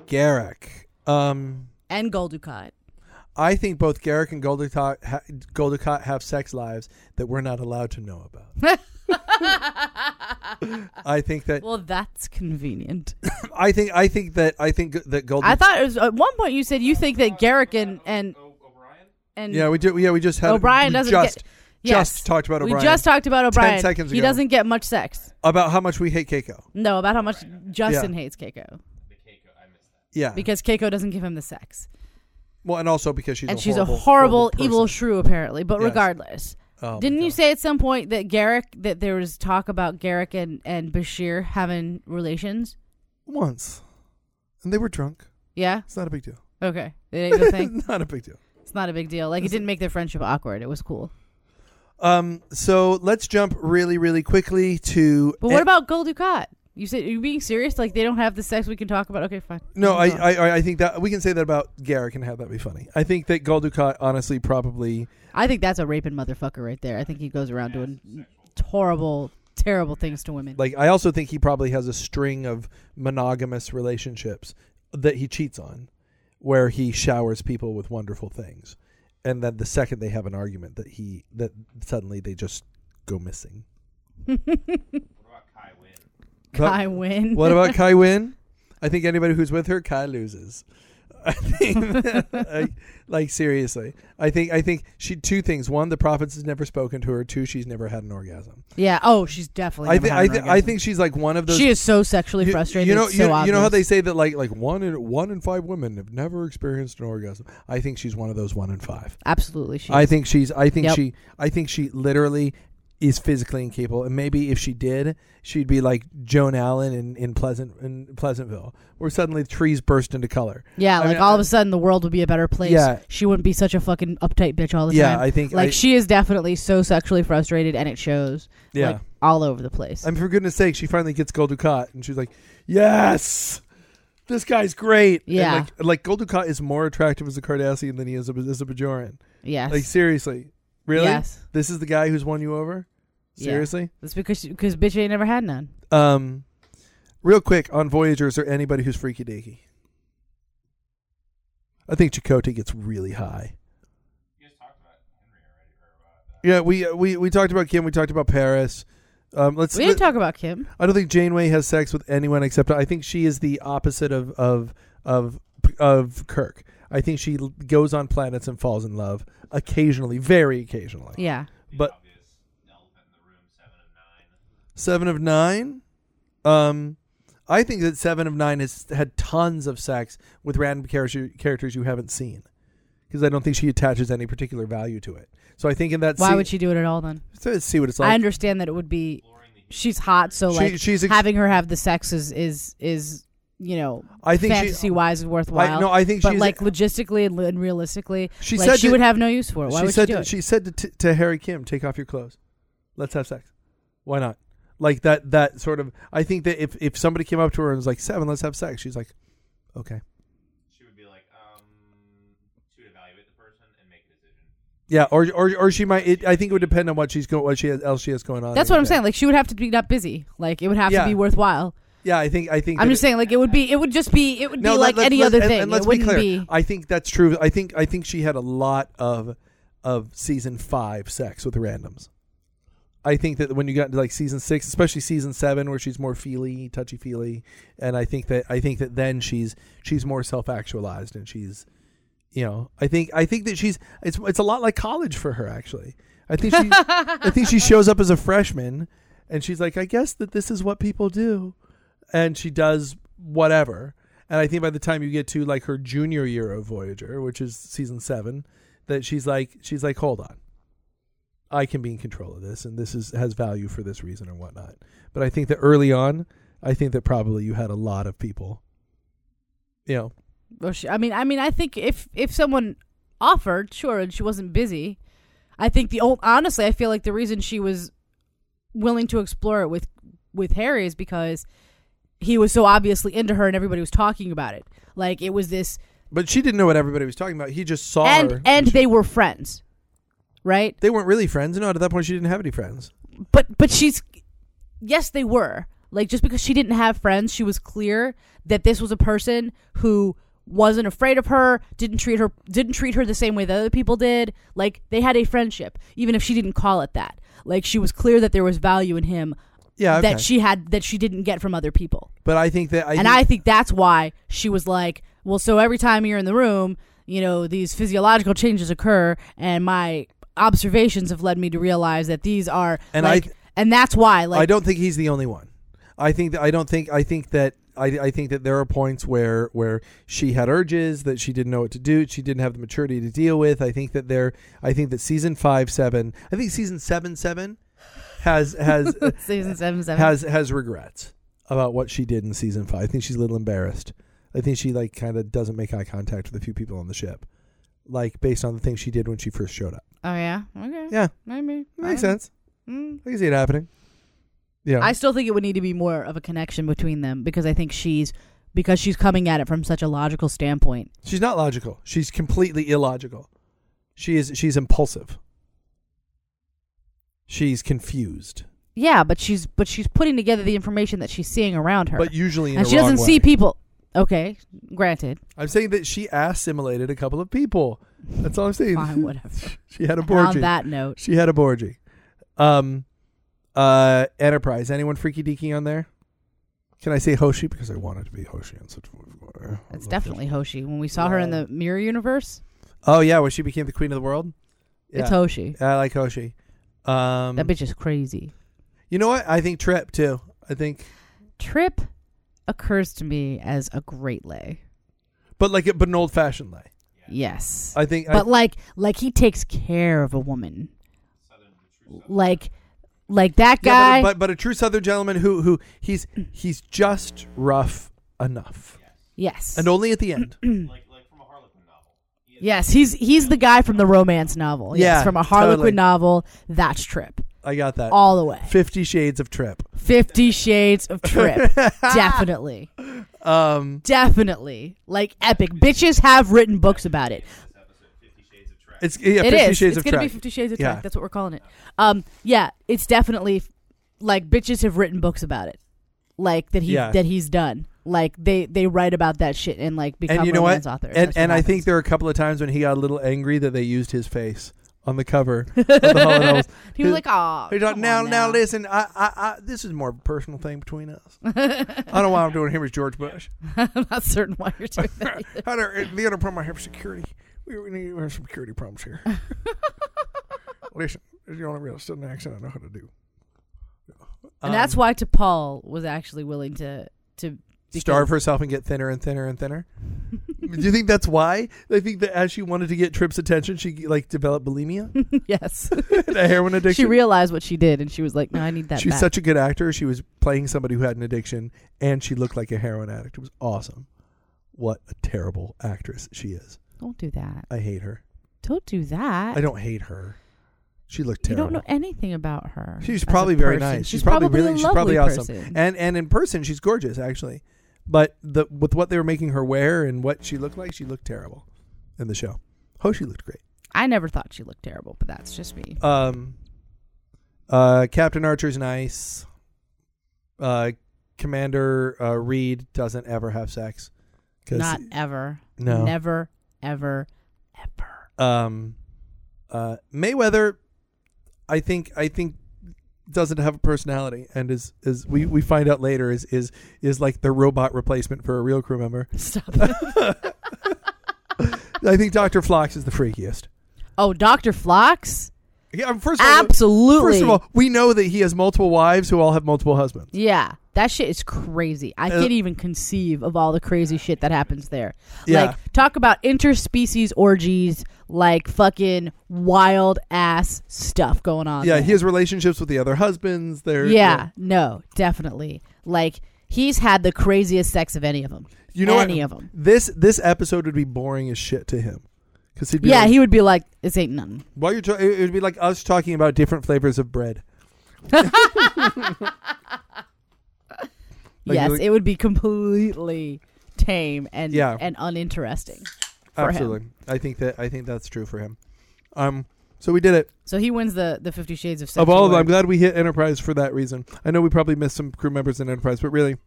Garrick. Um
and Goldukat.
I think both Garrick and Golducott, ha- Golducott have sex lives that we're not allowed to know about.
Uh,
I think that
Well, that's convenient.
I think I think that I think that Golden.
I thought it was at one point you said you think that Garrick and and and
yeah, we do. Yeah, we just had
O'Brien
we
doesn't
just,
get.
just talked about O'Brien.
We just talked about O'Brien.
seconds
He
ago.
doesn't get much sex.
about how much we hate Keiko.
No, about how much
Oh
Justin hates Keiko
Yeah,
because Keiko doesn't give him the sex,
well, and also because she's
and
a
she's
horrible,
a horrible,
person.
evil shrew apparently. But
Yes.
regardless,
Oh my
didn't you
God.
say at some point that Garrick that there was talk about Garrick and and Bashir having relations?
once? And they were drunk.
Yeah.
It's not a big deal.
Okay. It ain't the thing.
not a big deal.
It's not a big deal. Like it didn't make their friendship awkward. It was cool.
Um, so let's jump really, really quickly to.
But what about Gul Dukat? You said you being serious? Like they don't have the sex we can talk about? Okay, fine.
No, I,
Move on.
I, I- I think that we can say that about Garrick and have that be funny. I think that Golducott honestly probably
I think that's a raping motherfucker right there. I think he goes around doing horrible, terrible things to women.
like. I also think he probably has a string of monogamous relationships that he cheats on, where he showers people with wonderful things, and then the second they have an argument, that he that suddenly they just go missing.
Kai Win.
What about Kai Win? I think anybody who's with her, Kai loses. I think, like, like, seriously, I think I think she two things. One, the prophets has never spoken to her. Two, she's never had an orgasm.
yeah. Oh, she's definitely.
I
never
think
had
I,
an
thi- I
orgasm.
think she's like one of those.
she is so sexually
you-
frustrated.
You know,
it's
you,
so
you know how they
obvious.
say that like like one in one in five women have never experienced an orgasm. I think she's one of those one in five.
absolutely. She.
I think she's. I think
Yep.
she. I think she literally is physically incapable. And maybe if she did, she'd be like Joan Allen in, in Pleasant in Pleasantville, where suddenly trees burst into color.
yeah,
I
like
mean,
all
I-
of a sudden the world would be a better place.
Yeah.
She wouldn't be such a fucking uptight bitch all the
Yeah,
time.
I think
like
I-
she is definitely so sexually frustrated, and it shows.
Yeah.
like, all over the place.
I mean, for goodness sake, she finally gets Gold Dukat, and she's like, "Yes, this guy's great." And,
Yeah.
like, like Gold Dukat is more attractive as a Cardassian than he is a, as a Bajoran.
yes.
Like seriously, really,
Yes.
this is the guy who's won you over.
Yeah.
Seriously.
That's because because bitch ain't never had none.
Um, real quick on Voyagers or anybody who's freaky deaky. I think Chakotay gets really high. Yeah, we uh, we we talked about Kim. We talked about Paris. Um, let's.
We didn't
let-
talk about Kim.
I don't think Janeway has sex with anyone except. I think she is the opposite of of of of Kirk. I think she l- goes on planets and falls in love occasionally, very occasionally.
Yeah.
But seven of nine. Um, I think that seven of nine has had tons of sex with random character, characters you haven't seen, because I don't think she attaches any particular value to it. So I think in that,
Why
scene-
would she do it at all then?
Let's see what it's
I
like.
understand that it would be she's hot, so
She-
like
she's ex-
having her have the sex is is is you know
I think she-
fantasy wise is worthwhile.
I- no, I think
but
she's-
like logistically and, and realistically,
She
like,
said
she
that-
would have no use for it. Why
she
would
said
she do
to,
it?
she said to, t- to Harry Kim, "Take off your clothes, let's have sex. Why not?" Like that that sort of. I think that if if somebody came up to her and was like seven, let's have sex, she's like, okay.
She would be like, um, she would evaluate the person and make a decision.
Yeah, or, or, or she might. It, I think it would depend on what she's go, what she has, else she has going on.
That's
in
what
the
I'm
day.
saying. Like she would have to be not busy. Like it would have
Yeah.
to be worthwhile.
Yeah, I think I think
I'm
that
just saying like it would be it would just be it would be
let-
like
let's-
any
let's-
other
and-
thing.
And let's
it wouldn't
be
be,
clear. I think that's true. I think I think she had a lot of of season five sex with randoms. I think that when you got into like season six, especially season seven, where she's more feely, touchy feely, and I think that I think that then she's she's more self actualized and she's, you know, I think I think that she's it's it's a lot like college for her actually. I think she I think she shows up as a freshman and she's like, I guess that this is what people do, and she does whatever. And I think by the time you get to like her junior year of Voyager, which is season seven, that she's like she's like, hold on, I can be in control of this, and this is has value for this reason or whatnot. But I think that early on, I think that probably you had a lot of people, you know,
Or she, I mean, I mean, I think if if someone offered, sure, and she wasn't busy, I think the old honestly, I feel like the reason she was willing to explore it with with Harry is because he was so obviously into her and everybody was talking about it. Like it was this
but she didn't know what everybody was talking about. He just saw her,
and and they were friends. Right?
they weren't really friends. No, at that point, she didn't have any friends.
but but she's yes they were like just because she didn't have friends she was clear that this was a person who wasn't afraid of her didn't treat her didn't treat her the same way that other people did like they had a friendship even if she didn't call it that like she was clear that there was value in him
Yeah, okay.
that she had that she didn't get from other people
but I think that I
and I think that's why she was like, well, so every time you're in the room, you know, these physiological changes occur, and my observations have led me to realize that these are
And
like,
I-
and that's why like
I don't think he's the only one. I think that I don't think I think that I, I think that there are points where where she had urges that she didn't know what to do. She didn't have the maturity to deal with. I think that there. I think that season five seven. I think season seven seven has has
season seven seven.
has has regrets about what she did in season five. I think she's a little embarrassed. I think she like kind of doesn't make eye contact with a few people on the ship, like based on the things she did when she first showed up.
oh yeah, okay,
Yeah,
maybe
makes
I-
sense.
mm.
I can see it happening. Yeah,
I still think it would need to be more of a connection between them because I think she's because she's coming at it from such a logical standpoint.
She's not logical. She's completely illogical. She is she's impulsive. She's confused.
Yeah, but she's but she's putting together the information that she's seeing around her,
But usually in
and
a
she
wrong
doesn't see
way.
people. Okay, granted,
I'm saying that she assimilated a couple of people. That's all I'm saying.
fine, whatever.
she had a
And on
Borgie.
that note,
She had a Borgie. Um uh Enterprise. Anyone freaky deaky on there? Can I say Hoshi? Because I wanted to be Hoshi on such
it's definitely Hoshi. When we saw her in
Yeah.
the mirror universe,
Oh yeah, where she became the queen of the world? Yeah.
it's Hoshi.
I like Hoshi. Um
That bitch is crazy.
You know what? I think Trip too. I think
Trip occurs to me as a great lay.
but like a but an old fashioned lay.
Yes.
I think I,
but like like he takes care of a woman. Like like that guy
Yeah, but, but but a true Southern gentleman who who he's he's just rough enough,
Yes.
and only at the end.
yes, he's he's the guy from the romance novel.
Yeah,
yes, from a Harlequin
totally.
novel. That's Trip.
I got that.
All the way.
Fifty Shades of Trip.
50 shades of Trip. Definitely.
Um,
Definitely. Like epic. Bitches have written books about it.
it's yeah,
It is.
Fifty Shades
it's
of
gonna be
Trip.
Fifty Shades of
Yeah.
Track. That's what we're calling it. Um, yeah, it's definitely f- like bitches have written books about it, like that he
Yeah.
that he's done. Like they they write about that shit and like become
and you know
romance
what?
authors.
and
That's what
and I think
happens.
there are a couple of times when he got a little angry that they used his face on the cover of the Hollow novels.
he was like, "Oh,
He's like, now, now, listen, I, I, I, this is more of a personal thing between us. I don't know why I'm doing him as George Bush.
I'm not certain why you're doing that." either.
How do the other problem I have is security? We, we need we have some security problems here. Listen, this is the only real southern accent I know how to do. Um,
and that's why T'Pol was actually willing to to because-
starve herself and get thinner and thinner and thinner. do you think that's why? I think that as she wanted to get Trip's attention, she like developed bulimia,
yes,
and a heroin addiction.
she realized what she did, and she was like, "No, I need that."
She's
back.
such a good actor. She was playing somebody who had an addiction, and she looked like a heroin addict. It was awesome. What a terrible actress she is.
don't do that.
I hate her.
Don't do that.
I don't hate her. She looked
you
terrible.
don't know anything about her.
She's
as a
probably very
person.
nice.
She's,
She's probably
a
really- she's probably
lovely
awesome.
person.
and and in person she's gorgeous actually but the with what they were making her wear and what she looked like she looked terrible in the show hoshi looked great
I never thought she looked terrible, but that's just me.
um uh captain archer's nice uh commander uh reed doesn't ever have sex 'cause-
Not ever.
no
Never, ever, ever.
um uh mayweather i think i think doesn't have a personality and is is we we find out later is is is like the robot replacement for a real crew member
Stop it.
I think Dr. Flox is the freakiest.
Oh, Dr. Flox?
Yeah, um, first of all,
Absolutely.
first of all, we know that he has multiple wives who all have multiple husbands.
Yeah, that shit is crazy. I
Uh,
can't even conceive of all the crazy shit that happens there.
Yeah.
Like, talk about interspecies orgies, like fucking wild ass stuff going on.
Yeah,
there.
he has relationships with the other husbands. There,
yeah, no, definitely. Like, he's had the craziest sex of any of them.
you know
any
what?
of them.
This this episode would be boring as shit to him because he'd be
Yeah,
like,
he would be like, "This ain't nothing."
while you're ta- it would be like us talking about different flavors of bread. Like,
yes,
like-
it would be completely tame and
Yeah.
and uninteresting. for him.
Absolutely, I think that I think that's true for him. Um, so we did it.
So he wins the the Fifty Shades of Sex.
Of all of them, I'm glad
award.
we hit Enterprise for that reason. I know we probably missed some crew members in Enterprise, but really,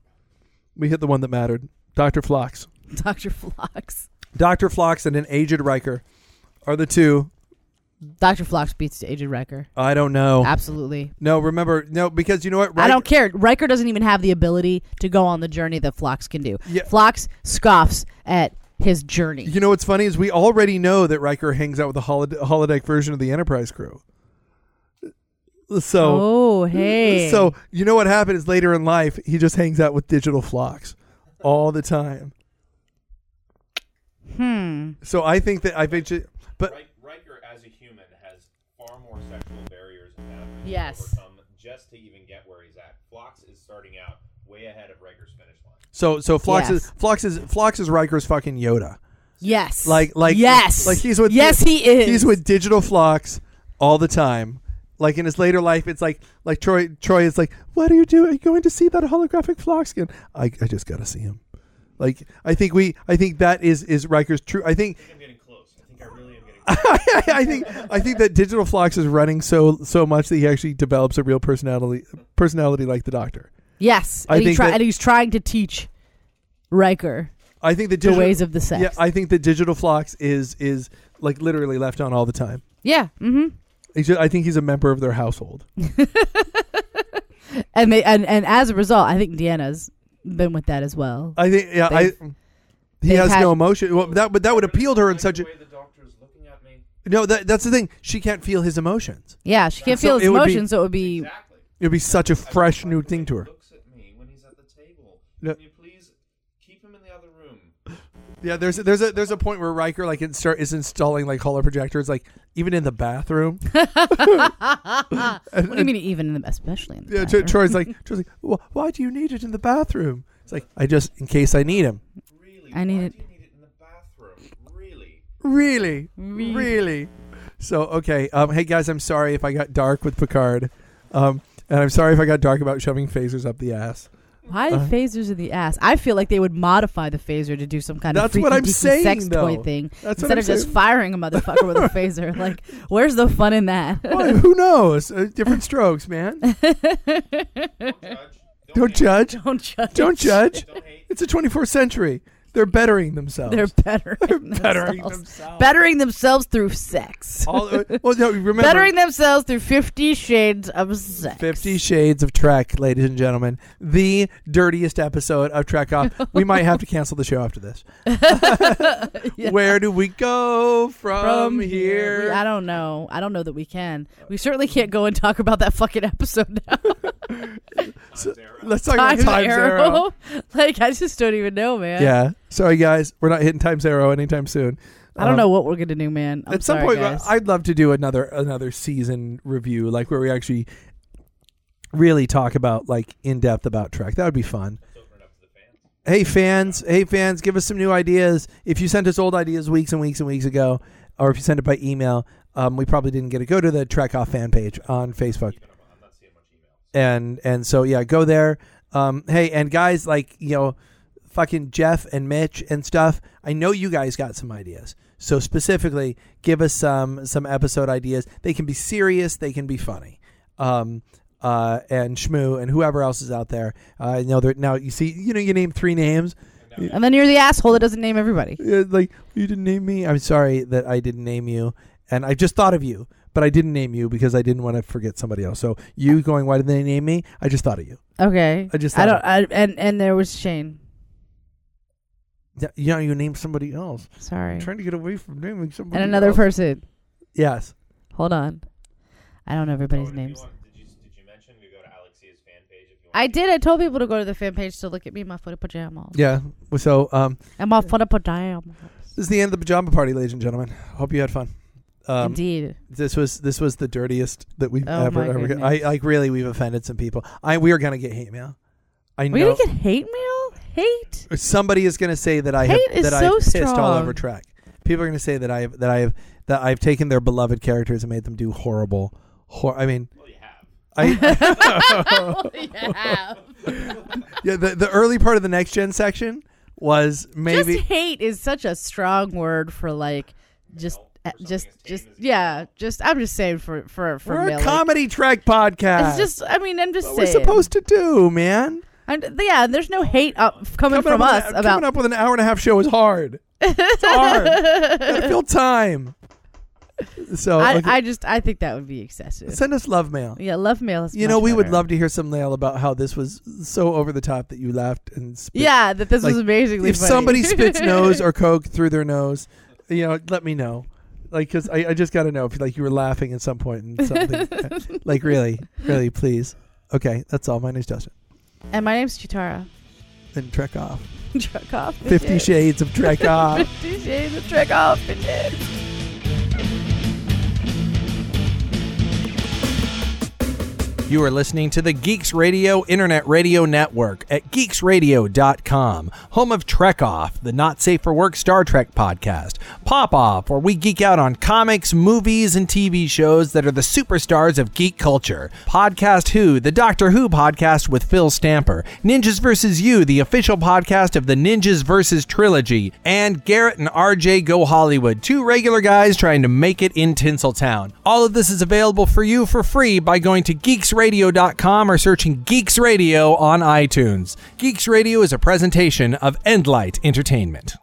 we hit the one that mattered. Doctor Flox,
Doctor Flox.
Doctor Flox, and an aged Riker are the two.
Doctor Flox beats Agent Wrecker.
I don't know.
Absolutely.
No, remember, no, because you know what?
I don't care. Riker doesn't even have the ability to go on the journey that Flox can do.
Yeah.
Flox scoffs at his journey.
You know what's funny is we already know that Riker hangs out with the holod- holodeck version of the Enterprise crew. So,
oh, hey.
so you know what happened is later in life he just hangs out with digital flocks all the time.
hmm.
So I think that I think, ju- but
Rik- Riker as a human has far more sexual barriers and boundaries
Yes.
to overcome just to even get where he's at. Phlox is starting out way ahead of Riker's finish line.
so so Flox
Yes.
is Flox is Flox is Riker's fucking Yoda.
Yes.
Like like
yes.
like he's with
yes he is.
he's with digital flocks all the time. Like in his later life, it's like like Troy Troy is like, what are you doing? Are you going to see that holographic flock skin? I, I just gotta see him. Like I think we I think that is is Riker's true. I think
I'm getting close. I think I really am getting
I think I think that digital flocks is running so so much that he actually develops a real personality personality like the Doctor.
yes.
I
and, he
think
try-
that-
and he's trying to teach Riker
I think that
the
digital,
ways of the sex.
yeah I think that digital flocks is is like literally left on all the time.
yeah. Mm-hmm.
He's ju- I think he's a member of their household.
And they and, and as a result, I think Deanna's been with that as well.
I think yeah
They've-
I. He
they've
has
had-
no emotion. Well, that but that would appeal to her in such a
the doctor's looking at me.
no. That, that's the thing. She can't feel his emotions.
yeah, she can't
So
feel his
it would be-
emotion, so it would be
Exactly.
It would be such a fresh new thing to her.
Looks at me when he's at the table.
No.
Can you please keep him in the other room?
Yeah, there's there's a there's a point where Riker like insta- is installing like holo projectors like even in the bathroom.
What do you mean even in the especially in the
Yeah, Tro-
bathroom?
Troy's like Troy's like, "Wh- why do you need it in the bathroom? It's like I just in case I need him.
Really?
I need
why
it-
Do you need it in the bathroom? Really?
Really,
Really?
really. So okay, um, hey guys, I'm sorry if I got dark with Picard, um, and I'm sorry if I got dark about shoving phasers up the ass.
Why the
Uh,
phasers in the ass? I feel like they would modify the phaser to do some kind of
That's what
freaky
I'm
deaky
saying,
sex
though.
toy thing
That's what
instead
I'm
of just
saying.
firing a motherfucker with a phaser. Like, where's the fun in that?
Well, who knows? Uh, different strokes, man.
Don't judge. Don't,
Don't judge.
hate.
Don't judge.
Don't judge.
Don't hate.
It's the 24th century. They're bettering themselves.
They're bettering,
bettering
themselves.
themselves.
bettering themselves through sex.
All, uh, well, no, Oh, remember
bettering themselves through Fifty Shades of Sex.
Fifty Shades of Trek, ladies and gentlemen, the dirtiest episode of Trek Off. we might have to cancel the show after this.
Yeah.
Where do we go from, here?
We- I don't know. I don't know that we can. We certainly can't go and talk about that fucking episode now.
Time's arrow.
Let's talk
Time
about Time Zero.
Arrow. like I just don't even know, man.
Yeah, sorry guys, we're not hitting Time Zero anytime soon.
I don't
Um,
know what we're gonna do, man. I'm
at some
sorry,
point,
guys.
I'd love to do another another season review, like where we actually really talk about like in depth about Trek. That would be fun. Hey fans, hey fans, give us some new ideas. If you sent us old ideas weeks and weeks and weeks ago, or if you sent it by email, um, we probably didn't get it. Go to the Trek Off fan page on Facebook, and and so yeah, go there. Um, hey, and guys, like you know, fucking Jeff and Mitch and stuff. I know you guys got some ideas. So specifically, give us some some episode ideas. They can be serious. They can be funny. Um, uh, and Shmoo and whoever else is out there. Uh, I know that now you see. You know, you name three names.
and then you're the asshole that doesn't name everybody.
Uh, like you didn't name me. I'm sorry that I didn't name you. And I just thought of you, but I didn't name you because I didn't want to forget somebody else. So you going, why did they name me? I just thought of you.
Okay.
I just
I
thought
don't. I, and and there was Shane.
Yeah, You know, you named somebody else.
Sorry.
I'm trying to get away from naming somebody.
And another
else.
person.
Yes.
Hold on. I don't know everybody's names.
did, you, did you mention to go to Alexia's fan page if you
I did. I told people to go to the fan page to look at me in my footy pajamas.
Yeah. So um,
And my footy pajamas.
this is the end of the pajama party, ladies and gentlemen. Hope you had fun. Um,
Indeed.
this was this was the dirtiest that we've
Oh,
ever
my
ever.
goodness.
I like really we've offended some people. I we are gonna get hate mail. I
We're
know
going to get hate mail? Hate?
somebody is gonna say that I have,
Hate is
that I
so
have pissed all
strong.
over track. People are gonna say that I have that I have that I've taken their beloved characters and made them do horrible. Hor- I mean, I
yeah.
yeah. The, the early part of the next gen section was maybe
Just hate is such a strong word for like just eh, just just yeah, just I'm just saying for for for
we're a
male, like-
comedy track podcast.
It's just I mean I'm just
what
saying
we're supposed to do, man.
I'm, yeah, there's no hate up, coming, from
up
us
with an,
about
coming up with an hour and a half show is hard. It's hard. Gotta fill time. So
I,
Oh, okay.
I just I think that would be excessive.
send us love mail.
yeah, love mail is
You know,
much
we would
better.
love to hear some mail about how this was so over the top that you laughed and spit.
Yeah, that this was
like,
amazingly
If
funny.
somebody spits nose or coke through their nose, you know, let me know. Like, cause I, I just got to know if like you were laughing at some point and something. like, really, really, please. Okay, that's all. My name's Justin.
And my name's Chitara.
Then trek off.
Trek off.
Fifty
bitches.
Shades of Trek off.
Fifty shades of trek off. bitches.
You are listening to the Geeks Radio Internet Radio Network at geeksradio.com, home of Trek Off, the not safe for work Star Trek podcast, Pop Off, where we geek out on comics, movies, and TV shows that are the superstars of geek culture, Podcast Who, the Doctor Who podcast with Phil Stamper, Ninjas vs. You, the official podcast of the Ninjas vs. trilogy, and Garrett and RJ Go Hollywood, two regular guys trying to make it in Tinseltown. All of this is available for you for free by going to geeksradio.com or searching Geeks Radio on iTunes. Geeks Radio is a presentation of Endlight Entertainment.